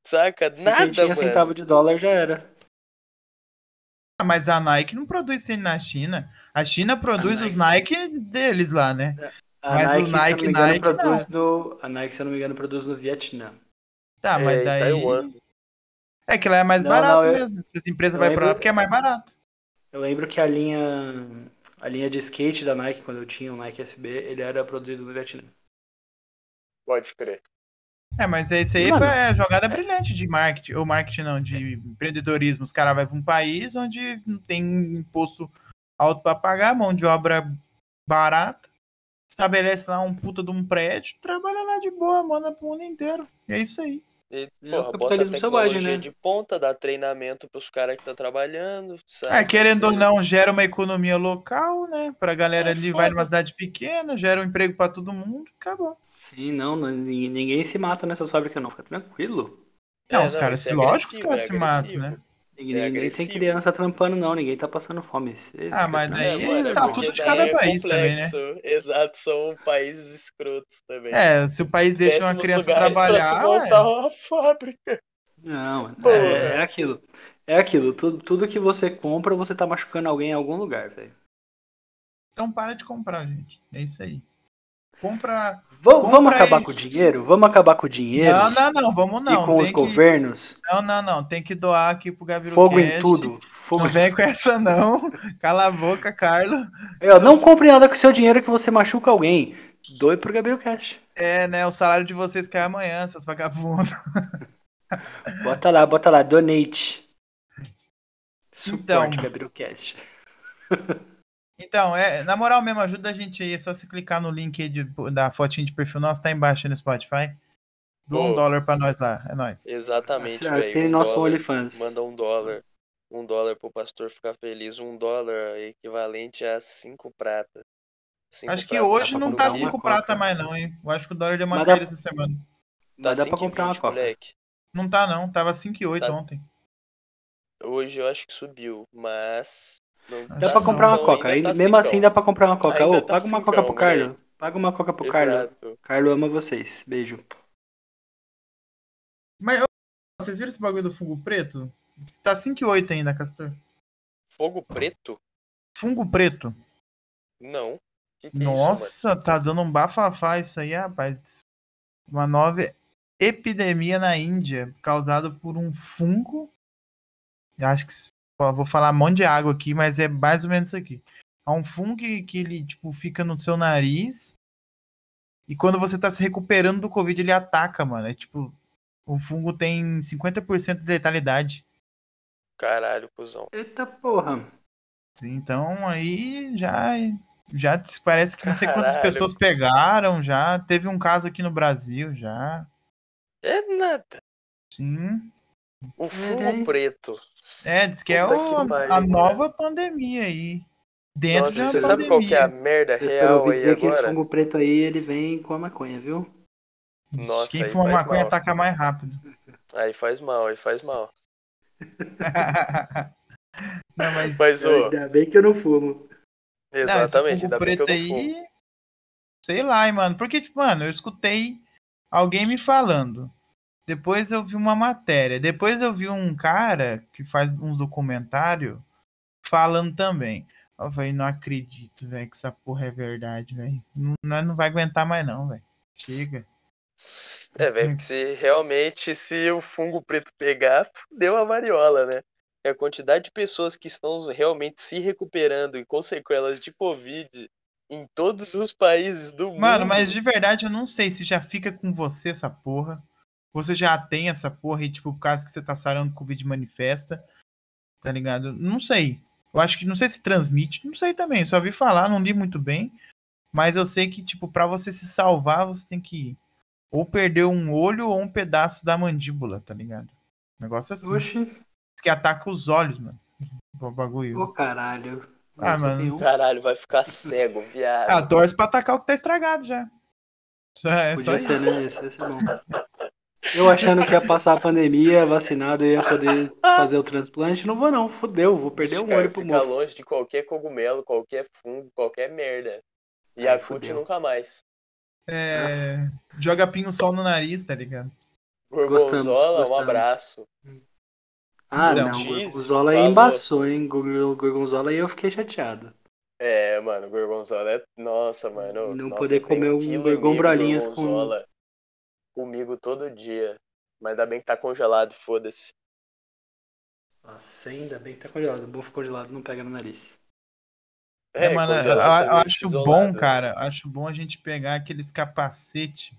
A: Saca? Nada,
B: 50
A: mano.
B: centavos de dólar já era.
C: Ah, mas a Nike não produz tênis na China. A China produz
B: A
C: os Nike deles lá, né?
B: A
C: Mas
B: Nike, se
C: o
B: eu não
C: Nike,
B: me engano,
C: Nike,
B: produz no, a Nike, se eu não me engano, produz no Vietnã.
C: Tá, mas
A: É, em
C: daí.
A: Taiwan.
C: É que lá é mais
B: Não,
C: barato
B: não, eu-
C: mesmo. Se as empresas
B: eu
C: vai
B: lembro-
C: pra lá porque é mais barato.
B: Eu lembro que a linha, a linha de skate da Nike, quando eu tinha um Nike SB, ele era produzido no Vietnã.
A: Pode crer.
C: É, mas é isso aí
B: Mano.
C: foi é jogada brilhante de marketing. Ou marketing não, de empreendedorismo. Os caras vão pra um país onde não tem imposto alto pra pagar, mão de obra barata. Estabelece lá um puta de um prédio, trabalha lá de boa, manda pro mundo inteiro. E é isso aí.
A: E,
B: É
A: porra,
B: o
A: bota a
B: capitalismo
A: tecnologia
B: selvagem, né?
A: de ponta, dá treinamento pros caras que tá trabalhando, sabe?
C: É, querendo ou não, gera uma economia local, né? Pra galera
A: É
C: ali,
A: foda.
C: vai numa cidade pequena, gera um emprego pra todo mundo, acabou.
B: Sim, não, não, ninguém ninguém se mata nessas fábricas não, fica tranquilo.
C: Não,
A: É,
C: os
A: não,
C: caras,
A: isso é
C: lógico, os
A: agressivo,
C: caras
A: é
C: se matam, né?
A: agressivo.
B: Ninguém,
A: É
B: ninguém tem
A: agressivo.
B: criança trampando não, ninguém tá passando fome. Cê-
C: Ah, mas
B: não,
C: daí
B: não,
C: é
B: não,
A: mano,
C: estatuto
A: porque
C: de
A: daí
C: cada
A: é
C: país também, né?
A: complexo. Exato, são países escrotos também.
C: É, se o país deixa uma
A: Péssimos
C: criança
A: lugares <laughs> pra
C: trabalhar,
A: se
C: ué,
A: montar uma fábrica.
B: Não,
A: Pô.
B: é, é aquilo. É aquilo, tudo, tudo que você compra, você tá machucando alguém em algum lugar, velho.
C: então para de comprar, gente. É isso aí. Compra.
B: Vamos, vamos
C: Compra
B: acabar
C: aí.
B: com o dinheiro? Vamos acabar com o dinheiro
C: Não, não, não, vamos
B: e
C: não.
B: com os
C: Tem que...
B: governos?
C: Não, não, não. Tem que doar aqui pro Gaviru
B: Fogo em tudo. Fogo
C: Não
B: em tudo. É,
C: vem com essa, não. Cala a boca, Carlos.
B: Eu, não compre nada com seu dinheiro que você machuca alguém. Doe pro Gabriel Cash.
C: É, né? O salário de vocês cai amanhã, seus vagabundos.
B: Bota lá, bota lá, donate.
C: Então.
B: Suporte Gabriel Cash.
C: Então, é, na moral mesmo, ajuda a gente aí. É só se clicar no link aí de- da fotinha de perfil nosso, tá embaixo aí no Spotify. Doa um
A: Boa.
C: dólar pra nós lá. É nóis.
A: Exatamente, velho.
B: Assine
A: um
B: Ah, Assim, nosso
A: dólar,
B: OnlyFans.
A: Manda um dólar. Um dólar pro pastor ficar feliz. Um dólar é equivalente a cinco pratas. Cinco
C: Acho que
A: pratas
C: hoje
B: pra
C: não
B: comprar
C: tá
B: uma
C: 5
B: Coca.
C: prata mais, não, hein? Eu acho que o dólar deu uma
B: Mas dá-
C: caída essa semana.
A: tá
B: Mas dá pra
A: 5,20,
B: comprar uma coca.
A: moleque.
C: Não tá, não. Tava 5,8
A: Tá.
C: ontem.
A: Hoje eu acho que subiu, mas. não
C: Dá
B: Dá
A: tá
B: pra comprar uma
A: cincão,
B: coca.
A: ainda
B: Ainda-
A: tá
B: mesmo
A: cincão.
B: assim dá pra comprar uma coca.
A: Ainda tá
B: Ô, paga uma
A: cincão,
B: coca pro
A: moleque.
B: Carlos. Paga uma coca pro Carlos.
A: Exato.
B: Carlos ama vocês. Beijo.
C: Mas, ô, vocês viram esse bagulho do fungo preto? Tá 5,8 ainda, Castor.
A: Fogo preto?
C: Fungo preto.
A: Não. Que que é isso,
C: Nossa, tá dando um bafafá isso aí, rapaz. Uma nova epidemia na Índia, causada por um fungo. Eu Acho que s- ó, vou falar um monte de água aqui, mas é mais ou menos isso aqui. É um fungo que, que ele tipo fica no seu nariz. E quando você tá se recuperando do Covid, ele ataca, mano. É tipo, o fungo tem 50% de letalidade.
A: mano? Caralho, cuzão.
B: Eita porra.
C: Sim, Então aí já já te- parece que não sei quantas
A: Caralho.
C: pessoas pegaram já. Teve um caso aqui no Brasil já.
A: É nada.
C: Sim.
A: O
B: Caralho.
A: fumo preto.
C: É, diz que é
A: Puta
C: o-
A: que pariu,
C: a
A: cara.
C: nova pandemia aí. Dentro
A: Nossa,
C: de uma
A: você sabe qual que é a
C: pandemia.
A: merda
B: Vocês foram
A: real
B: ouvir
A: aí
B: dizer que esse
A: agora?
B: fungo preto aí, ele vem com a maconha, viu?
A: Nossa,
C: Quem
A: aí
C: fuma
A: faz
C: maconha
A: mal.
C: ataca mais rápido. <laughs>
A: Aí faz mal, aí faz mal.
C: Não, mas,
A: Mas, ô,
B: Ainda bem que eu não fumo.
C: não, esse
A: exatamente,
C: fungo
A: ainda bem que eu
C: preto
A: não fumo.
C: aí. Sei lá, hein, mano. Porque, tipo, mano, eu escutei alguém me falando. Depois eu vi uma matéria. Depois eu vi um cara que faz uns documentário falando também. Eu falei, não acredito, velho, que essa porra é verdade, velho. Não- Nós não vai aguentar mais, não, velho. Chega.
A: É, velho, porque se realmente, se o fungo preto pegar, deu a variola, né? que a quantidade de pessoas que estão realmente se recuperando e com sequelas de Covid em todos os países do mundo.
C: Mano, mas de verdade eu não sei se já fica com você essa porra. Você já tem essa porra e, tipo, o caso que você tá sarando Covid manifesta. Tá ligado? Não sei. Eu acho que não sei se transmite, não sei também. Só vi falar, não li muito bem. Mas eu sei que, tipo, pra você se salvar, você tem que ou perder um olho ou um pedaço da mandíbula, tá ligado? Um negócio assim.
B: Oxi.
C: Diz que ataca os olhos, mano. <laughs> O bagulho.
B: Ô, caralho.
C: Ah,
B: Eu só
C: mano.
B: tenho um.
A: Caralho, vai
C: <laughs>
A: ficar cego, viado.
C: Ah, torce pra atacar o que tá estragado já. Só, é só
B: Podia
C: isso.
B: ser, né? Isso ia ser bom. Eu achando que ia passar a pandemia, vacinado, eu ia poder fazer o transplante. Não vou não, fudeu, vou perder um
A: Cara,
B: olho pro
A: fica
B: mofo.
A: longe de qualquer cogumelo, qualquer fungo, qualquer merda. E
B: Ai,
A: a CUT
B: fudeu.
A: nunca mais.
C: É, Joga pinho sol no nariz, tá ligado?
A: Gorgonzola, um
B: gostamos.
A: abraço.
B: Ah,
C: Não,
B: não,
A: diz,
B: Gorgonzola aí
A: falou.
B: embaçou, hein? Gorgon- Gorgonzola aí eu fiquei chateado.
A: É, mano, gorgonzola é. Nossa, mano.
B: Não
A: nossa,
B: poder
A: eu tenho
B: comer um
A: quilo e meio de
B: gorgombrolhinhas com-
A: gorgonzola Comigo todo dia. Mas ainda bem que tá congelado, foda-se.
B: Nossa, ainda bem que tá congelado. O bofo congelado não pega no nariz.
C: É, mano, eu, eu
A: congelado, tá
C: acho
A: isolado.
C: bom, cara. Acho bom a gente pegar aqueles capacete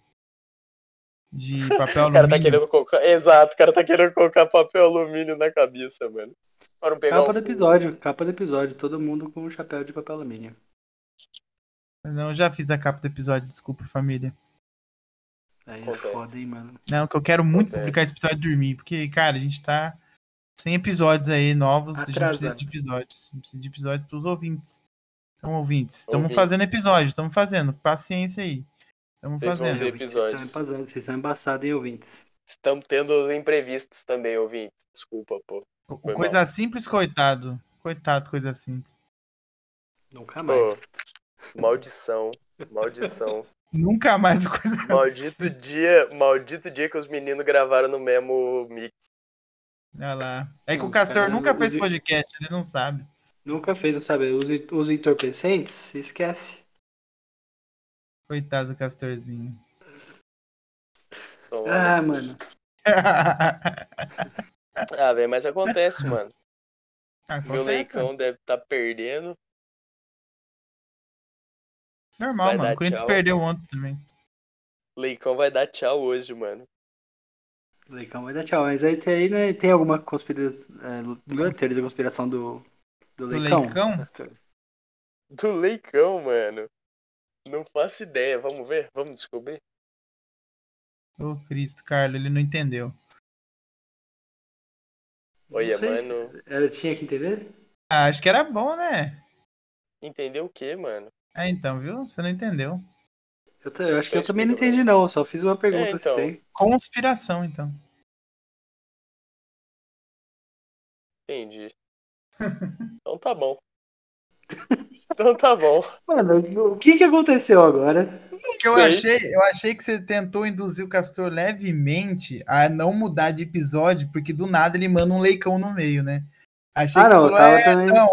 A: <laughs>
C: de papel
A: O cara
C: alumínio.
A: tá querendo colocar. Exato, o cara tá querendo colocar papel alumínio na cabeça, mano. Para não pegar
B: Capa
A: um
B: do episódio, capa do episódio. Todo mundo com um chapéu de papel alumínio.
C: Não, eu já fiz a capa do episódio, desculpa, família.
B: Aí é
A: Acontece.
B: foda, hein, mano.
C: Não, que eu quero muito
A: Acontece.
C: publicar esse episódio e dormir, porque, cara, a gente tá sem episódios aí novos, a gente precisa
B: Atrasado.
C: de episódios, a gente precisa de episódios pros ouvintes. Então, ouvintes, estamos
A: Ouvintes.
C: fazendo episódio, estamos fazendo, paciência aí. Estamos
A: Vocês vão
C: fazendo.
A: ver. episódios.
B: É, Vocês são embasados, vocês são embaçados, hein, ouvintes?
A: Estamos tendo os imprevistos também, ouvintes. Desculpa, pô.
C: Co-
A: Foi
C: Coisa simples, coitado. Coitado, coisa assim. simples.
B: Nunca mais.
A: Maldição.
B: <laughs>
A: Maldição.
C: Nunca mais o coisa
A: <laughs> Maldito
C: simples.
A: dia, maldito dia que os meninos gravaram no mesmo mic.
C: Olha lá. É que
B: Não,
C: o Castor
B: cara,
C: nunca
B: o
C: fez
B: de-
C: podcast, ele não sabe.
B: Nunca fez, não sabe? Os, en- os entorpecentes, esquece.
C: Coitado do Castorzinho. <laughs>
A: Só-
B: Ah, mano.
A: Ah, velho, mas
B: <laughs>
A: acontece, mano. Meu
C: Acontece, mano.
A: leicão deve estar perdendo.
C: Normal,
A: Vai
C: mano.
A: dar
C: O Corinthians
A: tchau.
C: perdeu ontem também.
A: Leicão vai dar tchau hoje, mano.
B: Leicão vai dar tchau. Mas aí tem, aí, né, tem alguma conspira... é, teoria da conspiração do, do Leicão?
C: Leicão?
B: Castor?
A: Do leicão, mano. Não faço ideia. Vamos ver? Vamos descobrir?
C: Ô, Cristo, Carlos, ele não entendeu.
B: Não
A: Olha,
B: sei.
A: mano.
B: Ela É, tinha que entender?
C: Ah, acho que era bom, né?
A: Entendeu o que, mano?
C: Ah, então, viu? Você não entendeu.
B: Eu, ta- eu acho que eu
A: Fez
B: também não é.
A: pergunta.
B: entendi, não. Só fiz uma pergunta
A: É, então.
B: se tem.
C: Conspiração, então.
B: <laughs>
A: Entendi. Então tá bom. Então tá bom.
B: Mano, <laughs> o que que aconteceu agora?
C: Eu
A: Sei.
C: achei, eu achei que você tentou induzir o Castor levemente a não mudar de episódio, porque do nada ele manda um leicão no meio, né? Achei
B: Ah,
C: que
B: não,
C: você
B: eu
C: falou,
B: tava
C: "É,
B: também.
C: então,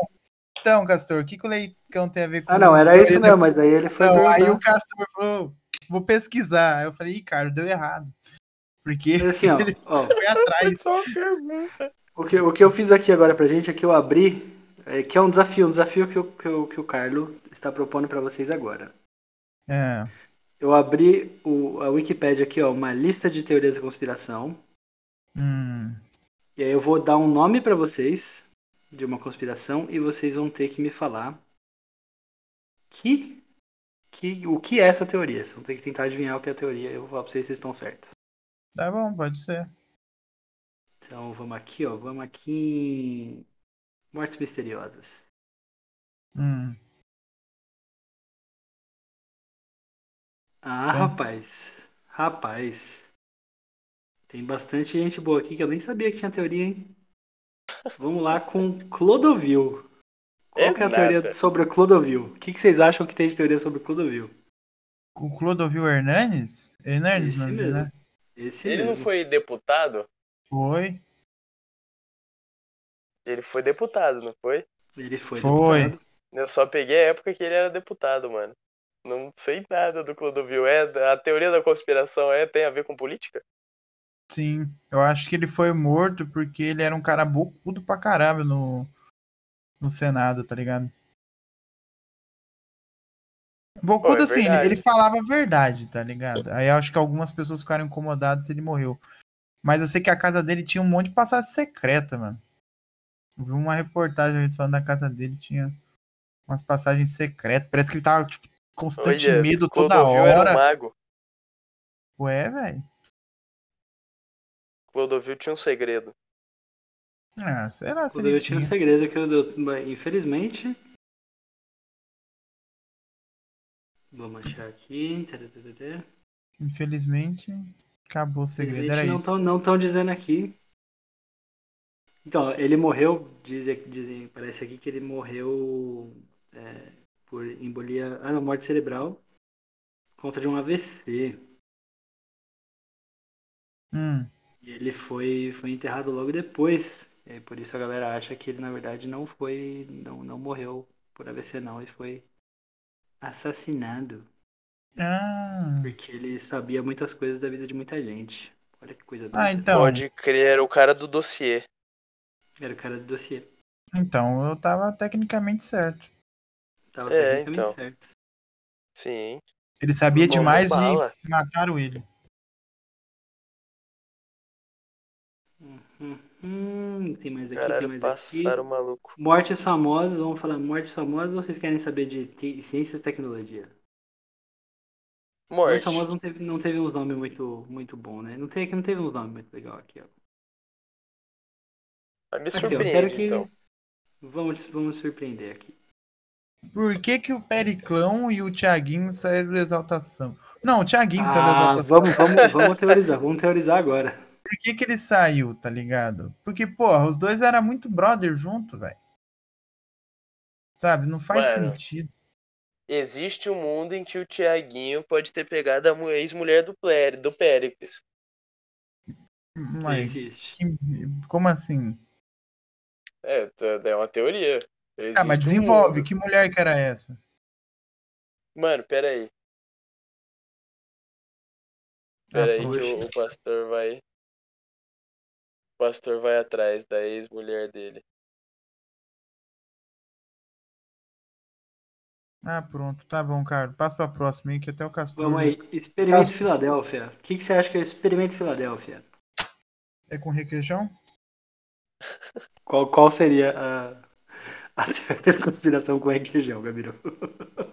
C: então, Castor, o que, que o leicão tem a ver com
B: Ah, não, era
C: teoria
B: isso
C: da
B: mesmo, mas aí ele foi.
C: conspiração?" Aí o
B: perguntar.
C: Castor falou, vou pesquisar. Aí eu falei, Ih, cara, deu errado. Porque
B: Assim, ó,
C: <laughs> ele
B: ó,
C: foi atrás.
A: Só uma pergunta.
B: O que, o que eu fiz aqui agora pra gente é que eu abri, é, que é um desafio, um desafio que, o- que, o- que o Carlo está propondo pra vocês agora.
C: É,
B: Eu abri o, a Wikipédia aqui, ó, uma lista de teorias da conspiração,
C: hum,
B: e aí eu vou dar um nome pra vocês de uma conspiração e vocês vão ter que me falar que, que o que é essa teoria. Vocês vão ter que tentar adivinhar o que é a teoria, eu vou falar pra vocês se vocês estão certos.
C: tá bom, pode ser.
B: Então vamos aqui, ó, vamos aqui em Mortes Misteriosas.
C: Hum.
B: Ah,
C: Então-
B: rapaz. Rapaz. Tem bastante gente boa aqui que eu nem sabia que tinha teoria, hein? Vamos lá com Clodovil. Qual
A: É
B: que é a
A: nada.
B: teoria sobre o Clodovil? O que, que vocês acham que tem de teoria sobre o Clodovil?
C: O Clodovil Hernanes? Hernanes,
B: Esse
C: não
B: mesmo.
C: né?
B: Esse
A: Ele não
B: mesmo.
A: foi deputado?
C: Foi.
A: Ele foi deputado, não foi?
B: Ele foi,
C: Foi.
B: deputado.
A: Eu só peguei a época que ele era deputado, mano. Não sei nada do Clodovil. É, a teoria da conspiração é tem a ver com política?
C: Sim, eu acho que ele foi morto porque ele era um cara bocudo pra caramba no, no Senado, tá ligado? Bocudo,
A: Pô, é
C: assim, ele-
A: verdade.
C: ele falava a verdade, tá ligado? Aí eu acho que algumas pessoas ficaram incomodadas e ele morreu. Mas eu sei que a casa dele tinha um monte de passagem secreta, mano. Eu vi uma reportagem eles falando da casa dele, tinha umas passagens secretas. Parece que ele tava, tipo, constante
A: Olha,
C: medo toda
A: Clodovil era um
C: hora.
A: mago.
C: Ué, velho.
A: Clodovil tinha um segredo.
C: Ah, será se
B: Quando
C: ele
B: eu tinha um
C: tinha.
B: segredo que eu deu. Infelizmente. Vamos achar aqui. tararara.
C: Infelizmente, acabou o segredo. Era
B: Infelizmente, não
C: isso.
B: tão- não estão dizendo aqui. Então, ele morreu, dizem, dizem, parece aqui que ele morreu é, por embolia, ah, não, morte cerebral, por conta de um AVC.
C: Hum,
B: E ele foi, foi enterrado logo depois. E aí, por isso a galera acha que ele, na verdade, não foi, não, não morreu por AVC não, e foi assassinado.
C: Ah,
B: Porque ele sabia muitas coisas da vida de muita gente. Olha que coisa
C: Ah,
B: doida.
C: então.
A: Pode crer, era o cara do dossiê.
B: Era o cara do dossiê.
C: então eu tava tecnicamente certo.
B: Tava
A: É,
B: tecnicamente
A: então.
B: certo.
A: Sim.
C: Ele sabia
A: Tomou
C: demais
A: bala.
C: e mataram ele.
B: Hum, hum, tem mais aqui, tem
A: Caralho,
B: mais
A: passaram o
B: aqui.
A: maluco.
B: Mortes famosas, vamos falar mortes famosas ou vocês querem saber de ti- ciências e tecnologia?
A: Morte.
B: Mortes famosas não teve, não teve uns nomes muito, muito bom, né? Não, tem, não teve uns nomes muito legal aqui, ó.
A: Mas me
B: Aqui, ó, quero
A: surpreende,
B: que...
A: então.
B: Vamos, vamos surpreender aqui.
C: Por que, que o Periclão e o Thiaguinho saíram da exaltação? Não, o Thiaguinho saiu da
B: Ah,
C: exaltação.
B: vamos, vamos, <laughs> vamos teorizar, vamos teorizar agora.
C: Por que, que ele saiu, tá ligado? Porque, porra, os dois eram muito brother junto, velho. Sabe, não faz
A: Mano.
C: sentido.
A: Existe um mundo em que o Tiaguinho pode ter pegado a mu- ex-mulher do, Plé- do Péricles.
C: Mas,
B: Existe.
C: que- como assim?
A: É, t- é uma teoria.
C: Ah, mas
A: Existe um
C: desenvolve,
A: mundo.
C: que mulher que era essa?
A: Mano, peraí.
C: Ah,
A: Peraí que
B: poxa.
A: o, o pastor vai. O pastor vai atrás da ex-mulher dele.
C: Ah, pronto, tá bom, cara. Passa pra próxima aí, que até o Castor
B: Vamos aí, experimento
C: Nossa.
B: Filadélfia. O que, que você acha que é o experimento Filadélfia?
C: é com requeijão?
B: Qual, qual seria a, <laughs> a teoria da conspiração com requeijão, Gabiru?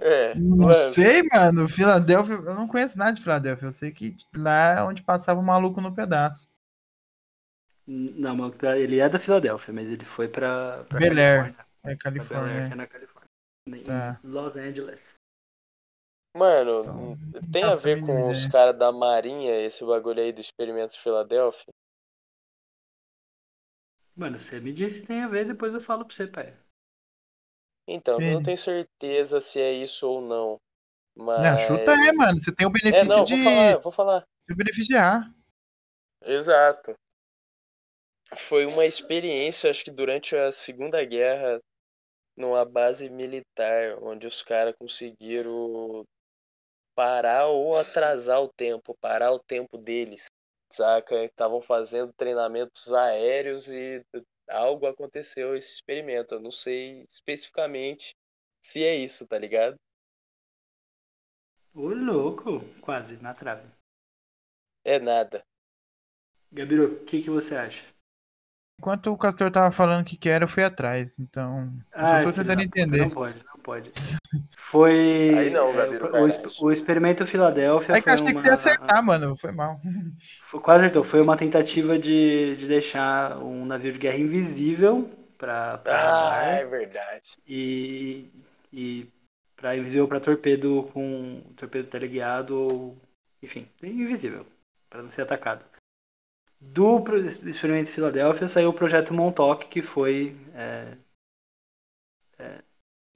A: É.
C: Não
A: mano,
C: sei, mano. Filadélfia, eu não conheço nada de Filadélfia. Eu sei que lá é onde passava o maluco no pedaço.
B: Não, mas ele é da Filadélfia, mas ele foi pra, pra
C: Bel
B: Califórnia. Pra Bel Air,
C: Air, É
B: que
C: Califórnia.
B: é na Califórnia. Em
C: Tá.
B: Los Angeles.
A: mano,
C: Então,
A: tem a
C: faço a
A: ver
C: mínima
A: com os
C: ideia.
A: caras da Marinha, esse bagulho aí do experimento Filadélfia?
B: Mano, você me disse que tem a ver, depois eu falo pra você, pai.
A: Então, eu não
C: Ele.
A: tenho certeza se é isso ou não. Mas.
C: Não, chuta é, mano. Você tem o
A: É,
C: benefício
A: não,
C: de
A: vou falar, vou falar.
C: se beneficiar.
A: Exato. Foi uma experiência, acho que durante a Segunda Guerra, numa base militar, onde os caras conseguiram parar ou atrasar o tempo, parar o tempo deles, saca? Estavam fazendo treinamentos aéreos e algo aconteceu esse experimento. Eu não sei especificamente se é isso, tá ligado?
B: Ô, louco! Quase, na trave.
A: É nada.
B: Gabiru, o que, que você acha?
C: Enquanto o Castor tava falando o que que era, eu fui atrás. Então, eu só
B: Ai,
C: tô
B: filho
C: tentando
B: da puta,
C: entender.
B: Ah, Não pode, não pode. Foi.
A: Aí não,
B: é,
A: Gabiru,
B: o,
A: caralho.
B: o experimento Filadélfia
C: Aí É que eu
B: foi
C: achei que
B: uma.
C: você ia acertar, mano. Foi mal.
B: Foi- Quase acertou. Foi uma tentativa de, de deixar um navio de guerra invisível pra, pra
A: Ah,
B: radar.
A: é verdade.
B: e, e para invisível para torpedo com torpedo teleguiado ou enfim, invisível para não ser atacado. Do pro- experimento Filadélfia saiu o projeto Montauk, que foi é,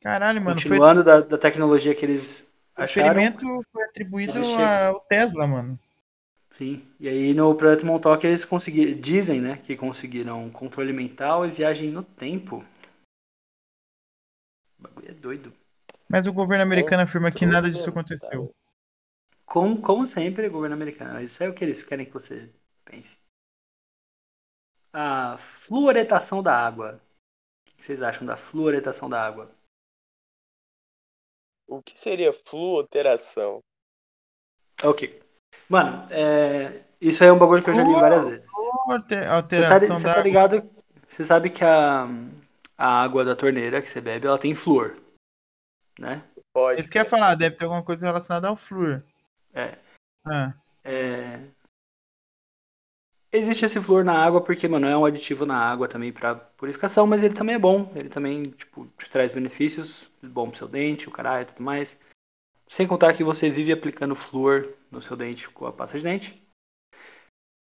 C: Caralho, mano. Foi...
B: continuando da, da tecnologia que eles
C: O
B: acharam.
C: experimento foi atribuído
B: Eles chegam-
C: ao Tesla, mano.
B: Sim. E aí no projeto Montauk eles conseguiram, dizem, né, que conseguiram controle mental e viagem no tempo. O bagulho é doido.
C: Mas o governo americano afirma que nada disso
A: Tudo,
B: Tá.
C: aconteceu.
A: cara.
B: Como, como sempre, governo americano. Isso é o que eles querem que você pense. a fluoretação da água. O que vocês acham da fluoretação da água?
A: O que seria fluoteração?
B: Ok. Mano, é, isso aí é um bagulho que eu já li várias vezes.
C: Alter-
B: Você tá,
C: alteração
B: você
C: da
B: tá ligado? Você sabe que a, a água da torneira que você bebe, ela tem flúor, né?
A: Pode.
C: Isso que eu ia falar, deve ter alguma coisa relacionada ao flúor.
B: É.
C: Ah,
B: É, Existe esse flúor na água porque, mano, é um aditivo na água também pra purificação, mas ele também é bom. Ele também, tipo, te traz benefícios, bom pro seu dente, o caralho e tudo mais. Sem contar que você vive aplicando flúor no seu dente com a pasta de dente.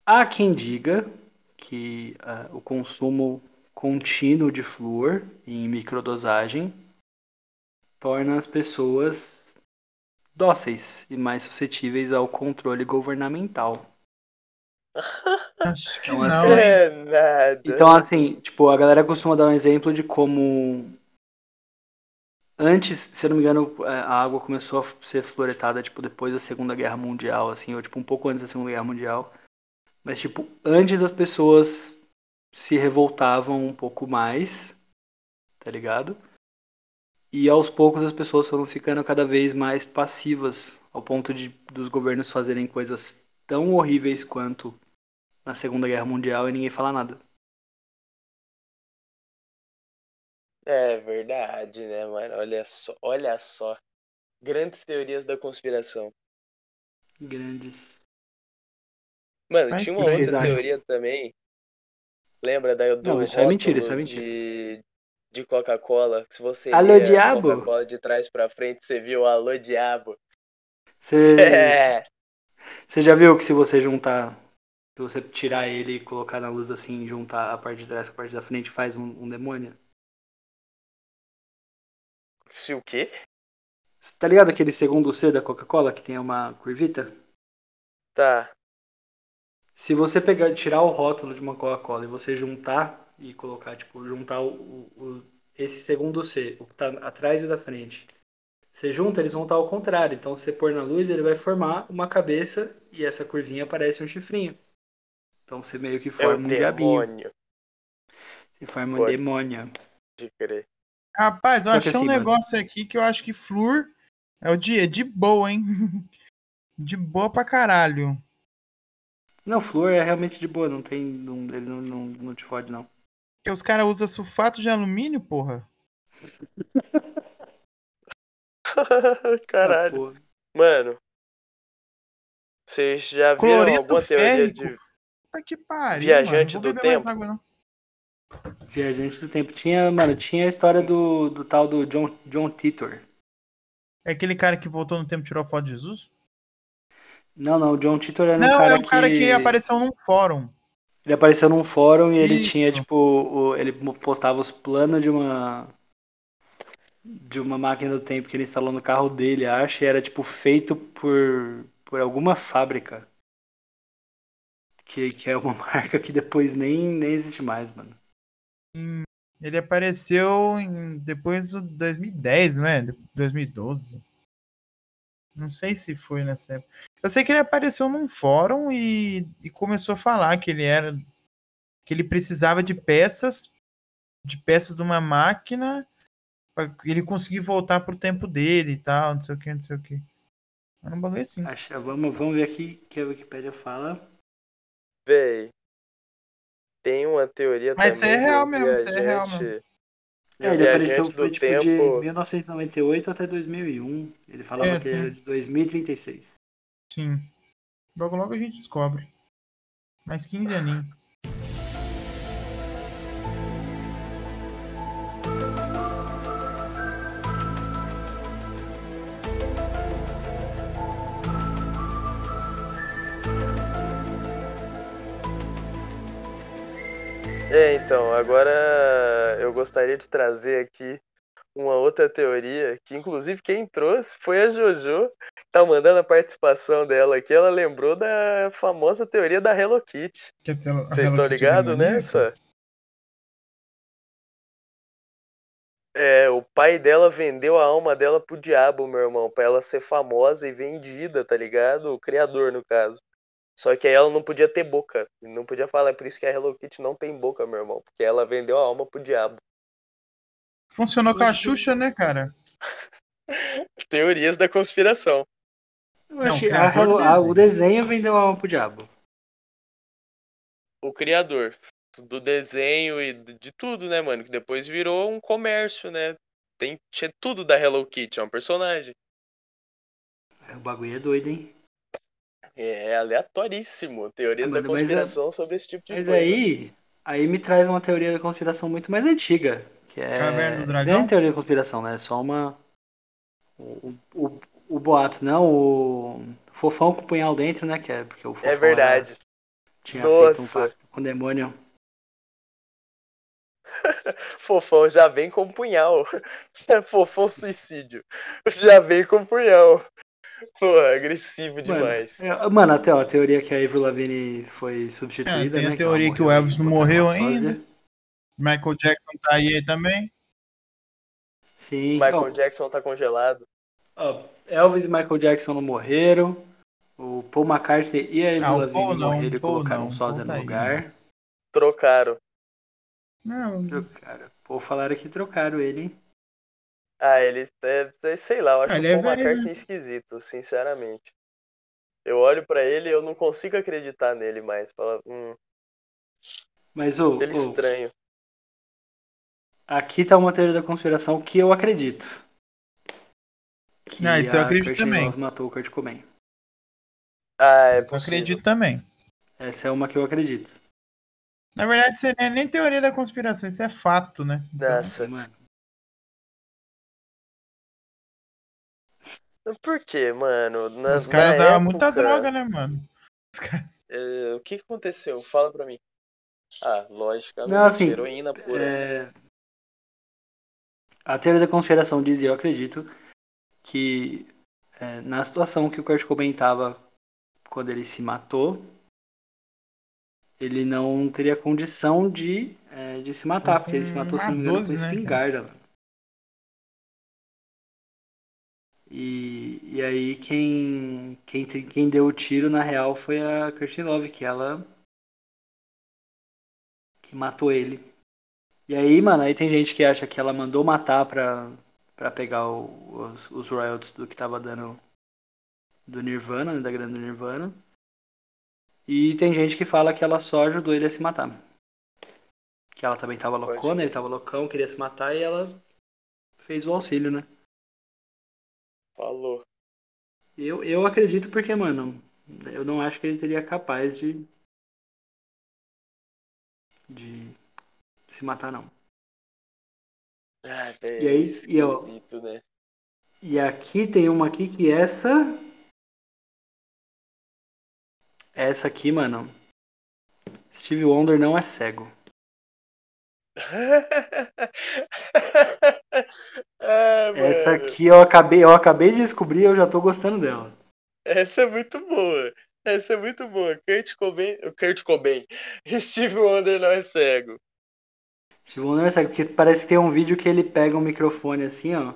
B: Há quem diga que ah, o consumo contínuo de flúor em microdosagem torna as pessoas dóceis e mais suscetíveis ao controle governamental.
C: acho que
B: Então,
A: <laughs>
C: não,
B: assim,
C: hein?
A: É nada.
B: Então, assim, tipo, a galera costuma dar um exemplo de como. Antes, se eu não me engano, é, a água começou a ser floretada, tipo, depois da Segunda Guerra Mundial, assim, ou tipo, um pouco antes da Segunda Guerra Mundial. Mas, tipo, antes as pessoas se revoltavam um pouco mais, tá ligado? E aos poucos as pessoas foram ficando cada vez mais passivas, ao ponto de dos governos fazerem coisas tão horríveis quanto na Segunda Guerra Mundial e ninguém falar nada.
A: É verdade, né, mano? Olha só, olha só. Grandes teorias da conspiração.
B: Grandes.
A: Mano,
C: Faz
A: tinha uma
C: três,
A: outra
B: acho.
A: teoria também. Lembra da do
B: Não, isso é mentira, isso é
A: rótulo
B: mentira.
A: de de Coca-Cola, que se você
B: Alô,
A: lia
B: diabo?
A: Coca-Cola de trás pra frente, você viu alô diabo.
B: Você
A: É.
B: já viu que se você juntar, se você tirar ele e colocar na luz assim, juntar a parte de trás com a parte da frente, faz um, um demônio?
A: Se o quê?
B: Cê Tá ligado aquele segundo C da Coca-Cola que tem uma curvita?
A: Tá.
B: Se você pegar, tirar o rótulo de uma Coca-Cola e você juntar e colocar, tipo, juntar o, o- o- esse segundo C, o que tá atrás e o da frente, você junta, eles vão estar ao contrário. Então, se você pôr na luz, ele vai formar uma cabeça e essa curvinha parece um chifrinho. Então, você meio que
A: É o
B: forma um diabinho.
A: demônio.
B: Você forma um
A: Pode.
B: demônio.
A: De crer. <laughs>
C: Rapaz, eu
B: Só que
C: achei um
B: assim, mano.
C: negócio aqui que eu acho que flúor é o dia de boa, hein? <laughs> De boa pra caralho.
B: Não, flúor é realmente de boa, não tem. não- ele não, não, não te fode, não.
C: Porque os caras usam sulfato de alumínio, porra.
A: Caralho.
B: Ah, pô.
A: Mano. Vocês já viram
C: Cloreto
A: alguma teoria
C: férrico.
A: de
C: Puta que pariu,
A: Viajante
C: mano. Não vou
A: do
C: beber mais
A: tempo.
C: água, não.
B: Viajante do tempo. Tinha, mano, tinha a história do, do tal do John, John Titor.
C: É aquele cara que voltou no tempo e tirou foto de Jesus?
B: Não, não, o John Titor era um
C: não,
B: cara
C: é o cara que... apareceu num fórum.
B: Ele apareceu num fórum e ele
C: Isso.
B: tinha, tipo, o- ele postava os planos de uma. De uma máquina do tempo que ele instalou no carro dele, acho, e era, tipo, feito por, por alguma fábrica. Que, que é uma <laughs> marca que depois nem, nem existe mais, mano.
C: Ele apareceu em- depois do 2010, né? 2012. Não sei se foi nessa época. Eu sei que ele apareceu num fórum e, e começou a falar que ele era. que ele precisava de peças, de peças de uma máquina, pra ele conseguir voltar pro tempo dele e tal, não sei o que, não sei o que. Era um bagulho assim.
B: Acha, vamos, vamos ver aqui o que a Wikipédia fala.
A: Véi, tem uma teoria
C: Mas isso
A: também.
C: é real
A: do
C: mesmo, isso é real
A: viajante-
B: É,
A: do
B: ele apareceu,
A: viajante
B: foi
A: do
B: tipo
A: tempo.
B: de 1998 até 2001. Ele falava
C: É,
B: que era
C: sim.
B: de 2036.
C: Sim. Logo logo a gente descobre. Mais 15 aninhos.
A: É, então, agora eu gostaria de trazer aqui uma outra teoria, que inclusive quem trouxe foi a Jojo, que tá mandando a participação dela aqui. Ela lembrou da famosa teoria da Hello Kitty.
C: Que aquela-
A: Vocês
C: aquela
A: estão
C: que tinha
A: ligados
C: maníaca.
A: nessa? É, o pai dela vendeu a alma dela pro diabo, meu irmão, pra ela ser famosa e vendida, tá ligado? O criador, no caso. Só que aí ela não podia ter boca. Não podia falar. É por isso que a Hello Kitty não tem boca, meu irmão. Porque ela vendeu a alma pro diabo.
C: Funcionou com a Xuxa, né, cara?
A: Teorias da conspiração.
B: Não, a, a, o desenho vendeu a alma pro diabo.
A: O criador do desenho e de tudo, né, mano? Que depois virou um comércio, né? Tem, tinha tudo da Hello Kitty, é um personagem.
B: O bagulho é doido, hein?
A: É, aleatoríssimo. Teorias
B: Ah, mano,
A: da
B: mas é-
A: conspiração sobre esse tipo de
B: Mas
A: coisa.
B: aí, aí me traz uma teoria da conspiração muito mais antiga. Que é...
C: Caverna do Dragão?
B: Não é uma teoria da conspiração, né? É só uma. O, o, o- o boato, não. O fofão com o punhal dentro, né? Que é, porque o fofão
A: É
B: era-
A: verdade.
B: tinha feito um
A: Nossa.
B: pacto com o demônio.
A: Fofão já vem com um punhal. <laughs> Fofão suicídio. Já vem com um punhal. Pô, agressivo demais.
B: Mano, é- mano, até ó, a teoria que a Avril Lavigne foi
C: É,
B: substituída.
C: tem a
B: né,
C: teoria
B: ela
C: que o
B: morreu
C: Elvis
B: e
C: não
B: botaram uma
C: morreu ainda.
B: sósia.
C: Michael Jackson tá aí também.
B: Sim.
A: Michael
B: ó,
A: Jackson tá congelado.
B: ó, Elvis e Michael Jackson não morreram. O Paul McCartney e a Avril
C: Ah, o
B: Lavigne
C: Paul não,
B: morreram e
C: Paul
B: colocaram
C: não,
B: um sósia
C: Paul
B: no
C: tá aí.
B: lugar.
A: Trocaram.
C: Não,
B: Trocaram. Pô, falaram que trocaram ele, hein?
A: Ah, ele é, é- sei lá, eu acho
C: Ah,
A: o
C: ele é
A: Paul
B: né?
C: velho,
A: McCartney esquisito, sinceramente. Eu olho pra ele e eu não consigo acreditar nele mais. Fala, hum,
B: Mas ô,
A: ele é
B: ô,
A: estranho.
B: aqui tá uma teoria da conspiração que eu acredito. Que
C: Não, Ah, isso eu
B: a
C: acredito
B: Courtney
C: também.
B: Love matou o Kurt Cobain.
A: Ah, é
C: eu
A: possível.
C: acredito também.
B: Essa é uma que eu acredito.
C: Na verdade, isso não é nem teoria da conspiração, isso é fato, né?
A: Nossa.
B: Mano,
A: Por quê, mano? Na-
C: Os caras
A: na
C: usavam muita
A: época,
C: droga, né, mano? Os caras-
A: eh, o que que aconteceu? Fala pra mim. Ah, lógica,
B: Não, assim,
A: heroína pura.
B: é... A teoria da conspiração diz, e eu acredito, que é, na situação que o Kurt Cobain tava quando ele se matou, ele não teria condição de, é, de se matar, porque ele se matou, se não me engano,
C: Ah, 12,
B: com
C: né,
B: espingarda. mano. E, e aí quem, quem, te- quem deu o tiro, na real, foi a Kirsten Love, que ela que matou ele. E aí, mano, aí tem gente que acha que ela mandou matar pra, pra pegar o- os, os royalties do que tava dando do Nirvana, né, da grana do Nirvana. E tem gente que fala que ela só ajudou ele a se matar. Que ela também tava
A: Pode
B: loucona,
A: crer.
B: ele tava loucão, queria se matar e ela fez o auxílio, né?
A: Falou.
B: Eu, eu acredito porque, mano, eu não acho que ele teria capaz de. de se matar, não.
A: Ah,
B: E aí, e, ó,
A: Esquisito, né? <laughs>
B: E aqui tem uma aqui que essa. Essa aqui, mano. Steve Wonder não é cego.
A: ah, mano,
B: Essa aqui eu acabei, eu acabei de descobrir e eu já tô gostando dela.
A: essa é muito boa. Essa é muito boa. Kurt Cobain, o Kurt Cobain. <laughs> Steve Wonder não é cego.
B: Steve Wonder não é cego, porque parece que tem um vídeo que ele pega um microfone assim, ó.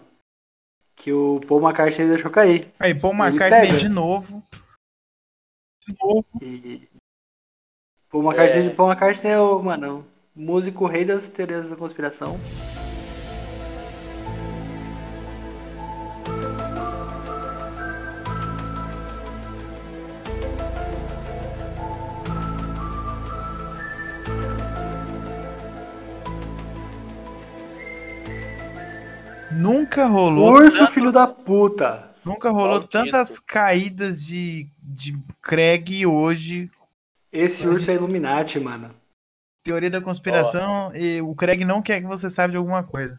B: Que o Paul McCartney deixou cair.
C: Aí, Paul
B: Ele
C: McCartney
B: pega.
C: de novo. De novo.
B: E. Paul McCartney,
A: É.
B: Paul McCartney é o, mano, o músico rei das teorias da conspiração.
C: Nunca rolou,
B: Urso, filho da puta!
C: nunca rolou
A: Maldito.
C: tantas caídas de, de Craig hoje.
B: Esse urso é Illuminati, mano.
C: Teoria da conspiração, e o Craig não quer que você saiba de alguma coisa.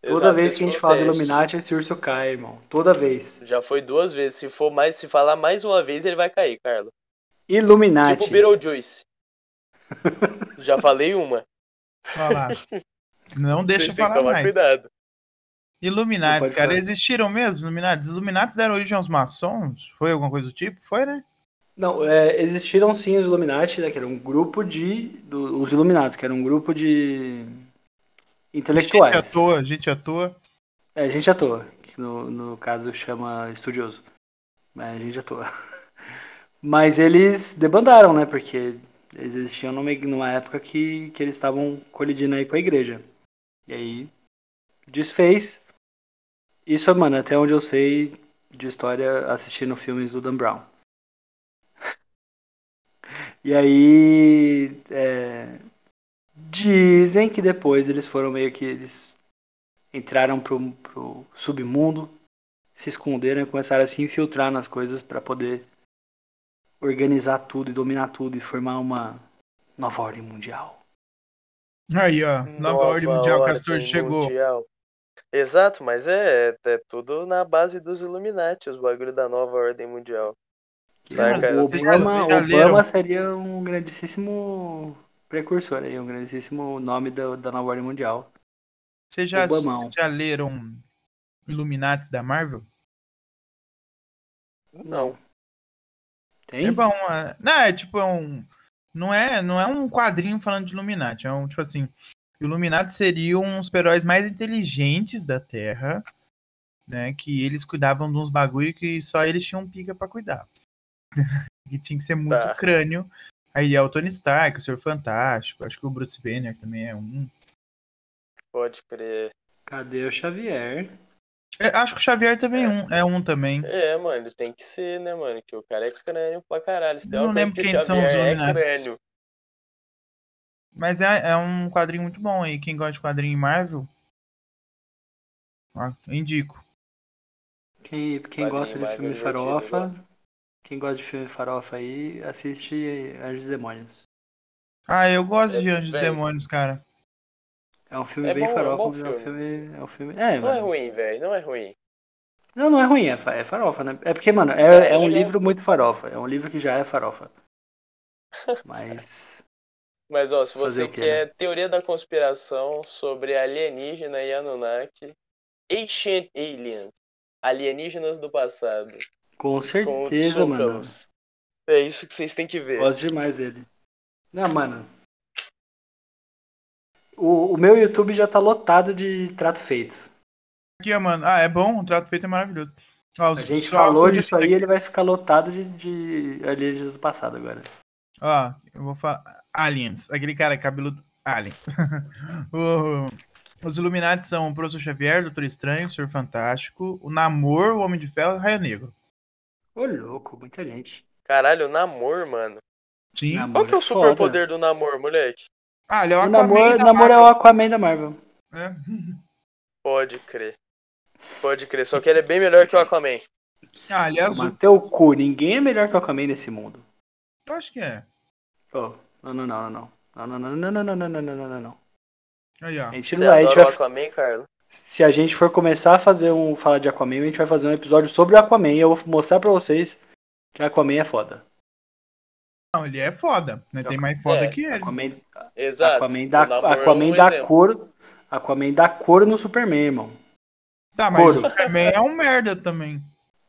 B: Toda
A: Exato,
B: vez
A: esse
B: que a gente
A: foi o
B: fala do
A: teste.
B: Illuminati, esse urso cai, irmão. Toda vez.
A: Já foi duas vezes. Se for mais, se falar mais uma vez, ele vai cair, Carlos.
B: Illuminati.
A: Tipo Beetlejuice. Já falei uma.
C: Olha
A: <laughs>
C: lá. Não
A: Vocês
C: deixa eu
A: têm que
C: falar
A: tomar
C: mais.
A: Cuidado.
C: Illuminates,
B: Pode
C: cara,
B: falar.
C: existiram mesmo? Illuminates? Illuminates deram origem aos maçons? Foi alguma coisa do tipo? Foi, né?
B: Não, é, existiram sim os Illuminati, né, que era um grupo de. do- os Illuminados, que era um grupo de. intelectuais.
C: Gente à toa, gente à toa.
B: É, gente à É, toa, que no, no caso chama estudioso. Mas gente à toa. <laughs> Mas eles debandaram, né? Porque eles existiam numa, numa época que, que eles estavam colidindo aí com a igreja. E aí desfez. Isso, mano, até onde eu sei de história assistindo filmes do Dan Brown. <laughs> e aí. É, dizem que depois eles foram meio que. Eles entraram pro, pro submundo, se esconderam e começaram a se infiltrar nas coisas para poder organizar tudo e dominar tudo e formar uma nova ordem mundial.
C: Aí, Hum, ó, nova, nova ordem mundial, ordem Castor chegou. Mundial.
A: Exato, mas é, é tudo na base dos Illuminati, os bagulho da nova ordem mundial.
B: Saca? O Obama, Obama seria um grandíssimo precursor aí, um grandíssimo nome da, da nova ordem mundial.
C: Vocês já, já leram Illuminati da Marvel?
B: Não.
C: Tem? É bom. É, não, é tipo, é um. Não é, não é um quadrinho falando de Illuminati. É um, tipo assim. Illuminati seriam os heróis mais inteligentes da Terra, né? Que eles cuidavam de uns bagulho que só eles tinham pica para cuidar. <laughs> que tinha que ser muito tá. crânio. Aí é o Tony Stark, o Senhor Fantástico, acho que o Bruce Banner também é um.
A: Pode crer.
B: Cadê o Xavier?
C: Eu acho que o Xavier também é um, é um também.
A: É, mano, tem que ser, né, mano? Que o cara é crânio pra caralho. Se
C: não lembro quem que são os Illuminati. É Mas é, é um quadrinho muito bom aí. Quem gosta de quadrinho Marvel, ó, indico.
B: Quem, quem gosta de filme farofa, gosto. quem gosta de filme farofa aí, assiste Anjos e Demônios.
C: Ah, eu gosto é, de Anjos e Demônios, cara.
B: É um filme é bem bom, farofa, é um, filme. É um filme. É um filme... É,
A: não mano. é ruim, velho, não é ruim.
B: Não, não é ruim, é, farofa, né? É porque, mano, é, é, um livro muito farofa. É um livro que já é <laughs> farofa. Mas.
A: Mas, ó, se você quê, quer né? teoria da conspiração sobre alienígena e Anunnaki, Ancient Aliens, alienígenas do passado.
B: Com certeza, com mano.
A: É isso que vocês têm que ver.
B: Gosto demais dele. Não, mano, o, o, meu YouTube já tá lotado de trato feito.
C: Aqui, ó, mano. Ah, é bom? O trato feito é maravilhoso.
B: Ó, a gente
C: é
B: falou disso aí, ele vai ficar lotado de, de aliens do passado agora.
C: Ó, eu vou falar. Aliens. Aquele cara é cabeludo. Alien. <laughs> o, os Illuminati são o Professor Xavier, Doutor Estranho, o Senhor Fantástico, o Namor, o Homem de Ferro e o Raio Negro.
B: Ô, louco, muita gente.
A: Caralho, o Namor, mano.
C: Sim. Namor
A: Qual que é o superpoder do Namor, moleque?
C: Ah, ele é o
B: Aquaman. Namor, da namor é o Aquaman da Marvel. É.
C: né?
A: Pode crer. Pode crer, só que ele é bem melhor que o Aquaman.
C: <laughs> Ah, ele é azul.
B: Mateu o cu, ninguém é melhor que o Aquaman nesse mundo.
C: Eu acho que é.
B: Oh, não, não, não, não, não. Não, não, não, não, não, não, não, não, não, não.
C: Aí, ó.
B: A gente não vai, a gente
A: vai... o Aquaman, Carlos?
B: Se a gente for começar a fazer um falar de Aquaman, a gente vai fazer um episódio sobre o Aquaman e eu vou mostrar pra vocês que Aquaman é foda.
C: Não, ele é foda, né? Tem mais foda é, que ele.
B: Aquaman,
A: Exato.
B: Aquaman dá, Aquaman é um dá cor. Aquaman dá cor no Superman, irmão.
C: Tá, mas Coro. o Superman é um merda também.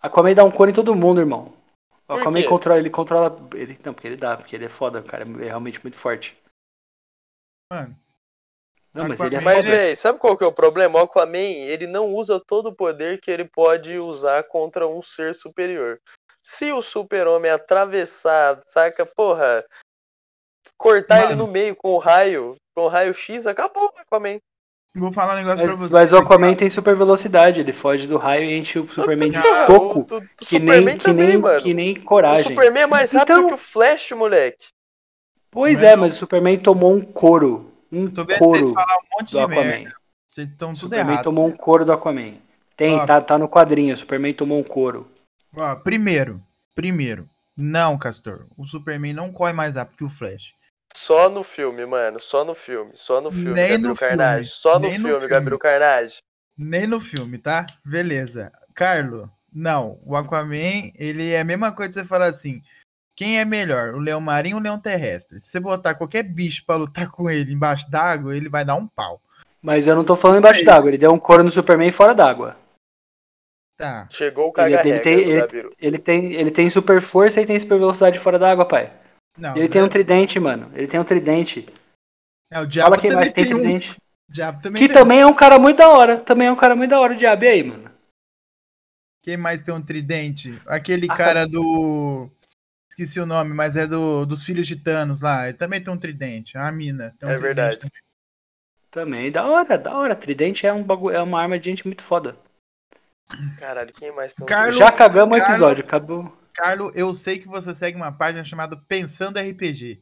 B: Aquaman dá um cor em todo mundo, irmão. O Aquaman quê? controla, ele controla. Ele, não, porque ele dá, porque ele é foda, o cara é realmente muito forte.
C: Mano.
B: Não, mas Aquaman, ele é
A: mas, véi, sabe qual que é o problema? O Aquaman, ele não usa todo o poder que ele pode usar contra um ser superior. Se o super-homem atravessar, saca, porra, cortar mano. ele no meio com o raio, com o raio X, acabou o Aquaman.
C: Vou falar um negócio
B: mas,
C: pra você.
B: Mas o Aquaman porque... tem super velocidade, ele foge do raio e enche o Superman de ah, soco. O, o, o que, Superman nem, também, que, nem, mano. que nem coragem.
A: O Superman é mais rápido então... que o Flash, moleque.
B: Pois mas é, mas o Superman tomou um couro. Um
C: tô
B: vendo couro
C: vocês falar um monte de Aquaman. merda. Vocês estão tudo
B: Superman
C: errado.
B: tomou um couro do Aquaman. Tem, ah. tá, tá no quadrinho. O Superman tomou um couro.
C: Ó, primeiro, primeiro, não, Castor. O Superman não corre mais rápido que o Flash.
A: Só no filme, mano. Só no filme. Só no filme, Nem Gabriel no Carnage. Filme. Só no filme, no filme, Gabriel Carnage.
C: Nem no filme, tá? Beleza. Carlo, não. O Aquaman, ele é a mesma coisa que você falar assim. Quem é melhor, o leão marinho ou o leão terrestre? Se você botar qualquer bicho pra lutar com ele embaixo d'água, ele vai dar um pau.
B: Mas eu não tô falando embaixo d'água, ele deu um couro no Superman fora d'água.
C: Tá.
A: Chegou o caga
B: ele, ele, tem, ele, ele, tem, ele tem super força e tem super velocidade fora da água, pai. Não,
C: Ah,
B: ele velho. tem um tridente, mano. Ele tem um tridente.
C: É, o Diabo Fala quem mais tem, tem um. tridente. Diabo
B: também que tem também um. é um cara muito da hora. Também é um cara muito da hora, o Diabo. E aí, mano?
C: Quem mais tem um tridente? Aquele ah, cara do. Esqueci o nome, mas é do, dos filhos de Thanos lá. Ele também tem um tridente. A mina. tem um
A: É
C: tridente
A: verdade.
C: também.
B: Também, da hora, da hora. Tridente é, um bagu... é uma arma de gente muito foda.
A: Caralho, quem mais tem um
C: Carlos-
B: Já cagamos o
C: Carlos-
B: episódio, acabou.
C: Carlo, eu sei que você segue uma página chamada Pensando RPG.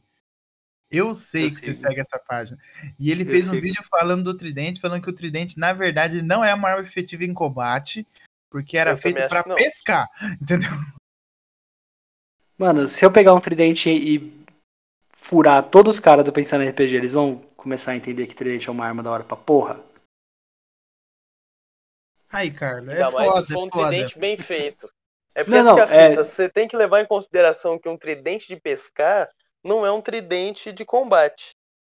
C: Eu sei
B: Eu
C: que você
B: sigo.
C: segue essa página. E ele
B: Eu
C: fez um
B: sigo.
C: vídeo falando do tridente, falando que o tridente, na verdade, não é uma arma efetiva em combate, porque era
A: Eu também
C: feito
A: acho
C: pra
A: que não.
C: pescar, <laughs> entendeu?
B: Mano, se eu pegar um tridente e furar todos os caras do Pensando em RPG, eles vão começar a entender que tridente é uma arma da hora pra porra?
C: Aí, Carlo, é
A: Ainda mais
C: foda,
A: se for um
C: é foda.
A: tridente bem feito. É porque
B: Não,
A: essa
B: não,
A: que é a
B: é-
A: fita. Você tem que levar em consideração que um tridente de pescar não é um tridente de combate.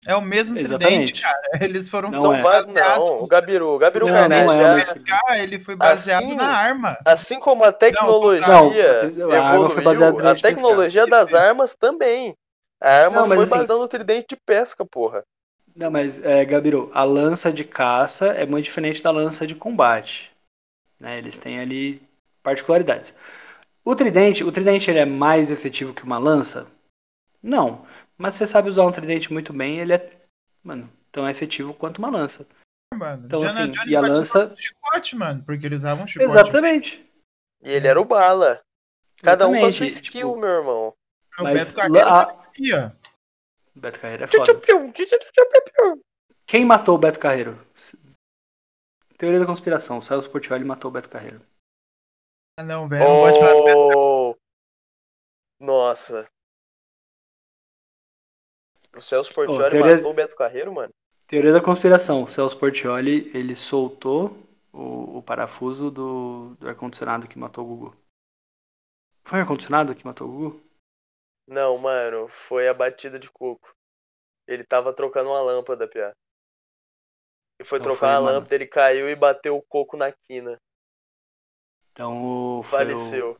C: É o mesmo tridente,
B: Exatamente.
C: cara. Eles foram
B: Não
C: são
B: é.
A: Mas
C: baseados.
A: não, o Gabiru, o Gabiru
B: Não,
A: Carneiro,
B: não
A: né?
B: é.
C: pescar, ele foi baseado
A: Assim-
C: na arma.
A: assim como a tecnologia
B: Não, não, a arma foi baseada no
A: evoluiu, a
B: tridente de
A: tecnologia
C: pescar.
A: das armas também. A arma
B: Não, mas
A: foi
B: assim-
A: baseada no tridente de pesca, porra.
B: Não, mas, é, Gabiru, a lança de caça é muito diferente da lança de combate. né? Eles têm ali particularidades. O tridente, o tridente ele é mais efetivo que uma lança? Não. Mas você sabe usar um tridente muito bem, ele é, mano, tão efetivo quanto uma lança.
C: Mano.
B: Então,
C: Indiana
B: assim,
C: Jones
B: e a
C: participou
B: lança-
C: do chicote, mano, porque eles usavam um chicote.
B: Exatamente.
A: E ele era o bala. Cada um com a sua
B: É. Exatamente, tipo,
A: skill, meu irmão.
C: O
B: Mas
C: Beto Carreiro
B: lá-
C: tá aqui, ó.
B: Beto Carreiro é foda.
A: Tchutchupiu, tchutchupiu.
B: Quem matou o Beto Carreiro? Teoria da conspiração. O Celso Portioli matou o Beto Carreiro.
C: Ah, não, velho. Não pode falar do Beto.
A: Oh! Nossa. O Celso Portioli
B: teoria-
A: matou o Beto Carreiro, mano?
B: Teoria da conspiração. O Celso Portioli, ele soltou o, o parafuso do, do ar-condicionado que matou o Gugu. Foi o ar-condicionado que matou o Gugu?
A: Não, mano, foi a batida de coco. Ele tava trocando uma lâmpada, piá. E foi
B: Então
A: trocar
B: foi,
A: a
B: mano.
A: lâmpada, ele caiu e bateu o coco na quina.
B: Então o- foi o
A: Faleceu.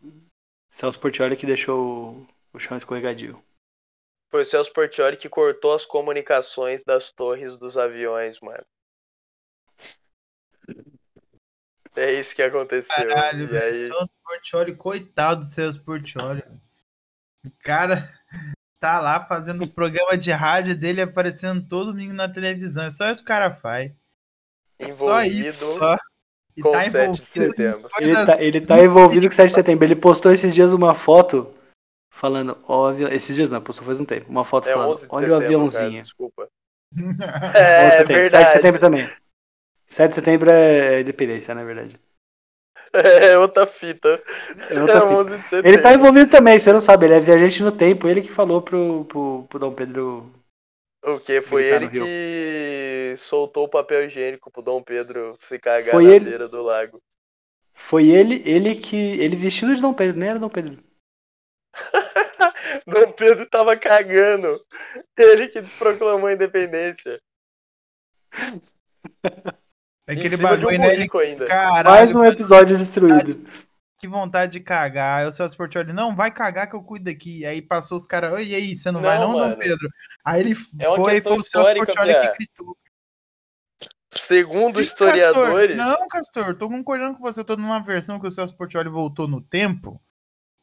B: Celso Portioli que deixou o, o chão escorregadio.
A: Foi o Celso Portioli que cortou as comunicações das torres dos aviões, mano. É isso que aconteceu.
C: Caralho,
A: e
C: velho.
A: aí,
C: Celso Portioli, coitado do Celso Portioli. O cara <laughs> tá lá fazendo os programas de rádio dele aparecendo todo domingo na televisão. É só isso que o cara faz. Só isso,
A: envolvido
C: só. E
A: com o
C: tá
A: 7 de
C: envolvido em
A: setembro.
B: Ele
C: coisas-
B: tá, ele tá envolvido com o 7 de setembro. Ele postou esses dias uma foto falando, ó, avião... esses dias não, postou faz um tempo. Uma foto
A: É
B: falando,
A: 11 de
B: olha
A: setembro,
B: o
A: cara,
B: aviãozinho.
A: desculpa.
C: <laughs>
B: É,
A: É,
B: setembro. 7 de setembro
A: verdade.
B: também. 7 de setembro é independência, na verdade.
A: <laughs> É outra fita.
B: É outra
A: É
B: fita.
A: 11 de setembro.
B: Ele tá envolvido também, você não sabe, ele é viajante no tempo, ele que falou pro, pro, pro Dom Pedro.
A: O que? Foi
B: Gritar
A: ele
B: no Rio.
A: que soltou o papel higiênico pro Dom Pedro se cagar
B: Foi
A: na
B: ele.
A: beira do lago. <laughs>
B: Foi ele, ele que. Ele vestido de Dom Pedro, nem era Dom Pedro.
A: Dom Pedro tava cagando. Ele que proclamou a independência.
C: É aquele
A: em cima de um
C: bagulho, né? Ele-
A: burrico ainda.
C: Caralho,
B: Mais um episódio destruído.
C: que vontade de cagar. Aí o Celso Portioli, não, vai cagar que eu cuido aqui. Aí passou os caras, "Oi, e aí, você não,
A: Não,
C: vai não,
A: mano.
C: Dom Pedro? Aí ele
A: É uma
C: foi,
A: questão
C: foi o Celso
A: histórica,
C: Portioli
A: Piá.
C: que gritou.
A: Segundo
C: Sim,
A: um historiadores.
C: Castor. Não, Castor, tô concordando com você. Tô numa versão que o Celso Portioli voltou no tempo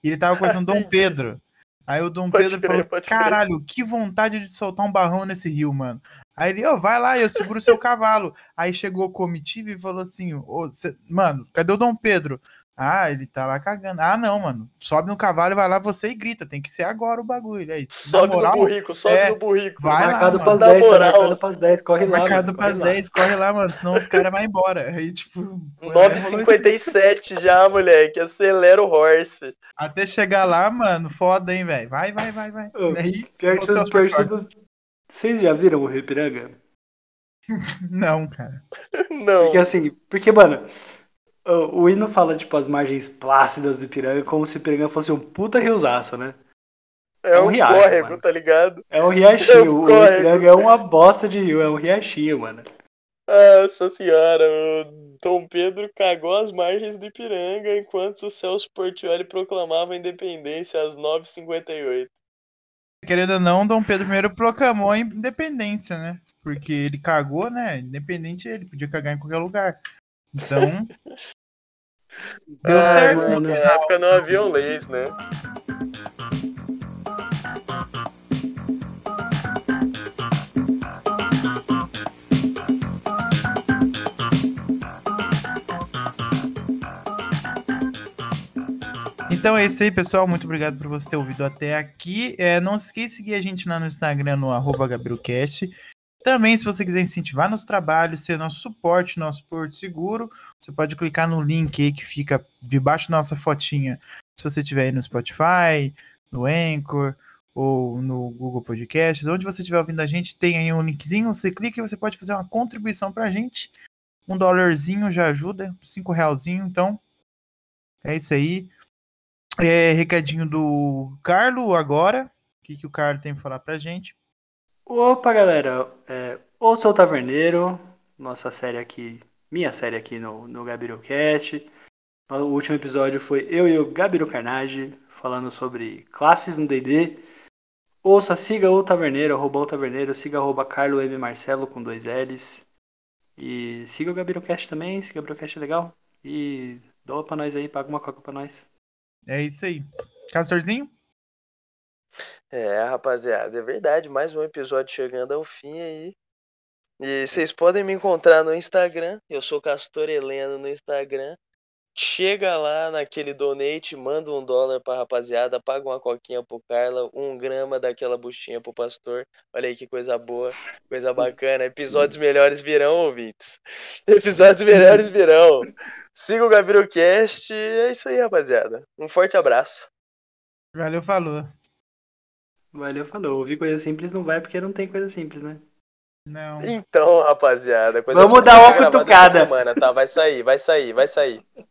C: e ele tava conversando
A: <laughs>
C: com o Dom Pedro. Aí o Dom
A: Pode
C: Pedro
A: crer,
C: falou:
A: pode crer.
C: Caralho, que vontade de soltar um barrão nesse rio, mano. Aí ele, ô, vai lá, eu seguro seu cavalo. Aí chegou o comitiva e falou assim: "Ô, cê- Mano, cadê o Dom Pedro? Ah, ele tá lá cagando. Ah, não, mano. Sobe no cavalo e vai lá você e grita. Tem que ser agora o bagulho. Aí, na
A: Sobe
C: moral,
A: no burrico, sobe
C: é,
A: no burrico.
C: vai lá,
B: marcado
C: mano.
B: pras
A: Na
B: 10, tá
A: moral.
B: marcado pras 10, corre
C: Tá
B: lá.
C: marcado
B: mano, corre
C: pras
B: lá.
C: 10, corre lá, mano, senão os caras vão embora. Aí, tipo. foi lá e rolou isso.
A: 9h57 já, moleque. Acelera o horse. <laughs>
C: Até chegar lá, mano, foda, hein, velho. Vai, vai, vai, vai.
B: Ô,
C: Aí,
B: Pior que
C: Ô, Celso
B: tudo, pior que tudo- Vocês já viram o Rio Ipiranga?
C: não, cara.
A: Não.
B: Porque assim, porque, mano, o, o hino fala, tipo, as margens plácidas do Ipiranga como se o Ipiranga fosse um puta riozaço, né?
A: É
B: é um
A: um
B: riacho,
A: córrego,
B: mano.
A: tá ligado?
B: É um
A: É um
B: riachinho. O
A: córrego.
B: Ipiranga é uma bosta de rio, é um riachinho, mano.
A: Nossa senhora, o Dom Pedro cagou as margens do Ipiranga enquanto o Celso Portioli proclamava a independência às 9h58.
C: Querendo ou não, Dom Pedro I proclamou a independência, né? Porque ele cagou, né? Independente, ele podia cagar em qualquer lugar. Então. deu
A: Ai,
C: certo,
B: mano.
C: no
A: Na época não haviam leis, né?
C: Então é isso aí, pessoal. Muito obrigado por você ter ouvido até aqui. É, não se esqueça de seguir a gente lá no Instagram, no arroba GabrielCast. Também, se você quiser incentivar nosso trabalho, ser nosso suporte, nosso porto seguro, você pode clicar no link aí que fica debaixo da nossa fotinha. Se você estiver aí no Spotify, no Anchor ou no Google Podcasts, onde você estiver ouvindo a gente, tem aí um linkzinho, você clica e você pode fazer uma contribuição pra gente. Um dólarzinho já ajuda, cinco realzinho, então é isso aí. É, recadinho do Carlo agora. O que, que o Carlo tem pra falar pra gente?
B: Opa, galera. É, ouça o Taverneiro, nossa série aqui, minha série aqui no, no GabiroCast. O último episódio foi eu e o Gabiro Carnage falando sobre classes no D&D. Ouça, siga o Taverneiro, arroba o Taverneiro, siga arroba Carlo M. Marcelo com dois L's. E siga o GabiroCast também, se o GabiroCast é legal. E doa pra nós aí, paga uma coca pra nós.
C: É isso aí. Castorzinho?
A: É, rapaziada, é verdade. Mais um episódio chegando ao fim aí. E vocês podem me encontrar no Instagram. Eu sou Castor Heleno no Instagram. Chega lá naquele donate, manda um dólar pra rapaziada, paga uma coquinha pro Carla, um grama daquela buchinha pro pastor. Olha aí que coisa boa, coisa bacana. Episódios melhores virão, ouvintes. <laughs> Episódios melhores virão. Siga o GabiroCast. É isso aí, rapaziada. Um forte abraço.
C: Valeu, falou.
B: Valeu, falou. Ouvir coisa simples não vai porque não tem coisa simples, né?
C: Não.
A: Então, rapaziada,
B: Vamos dar uma
A: gravada
B: cutucada.
A: essa semana, tá? Vai sair, vai sair, vai sair.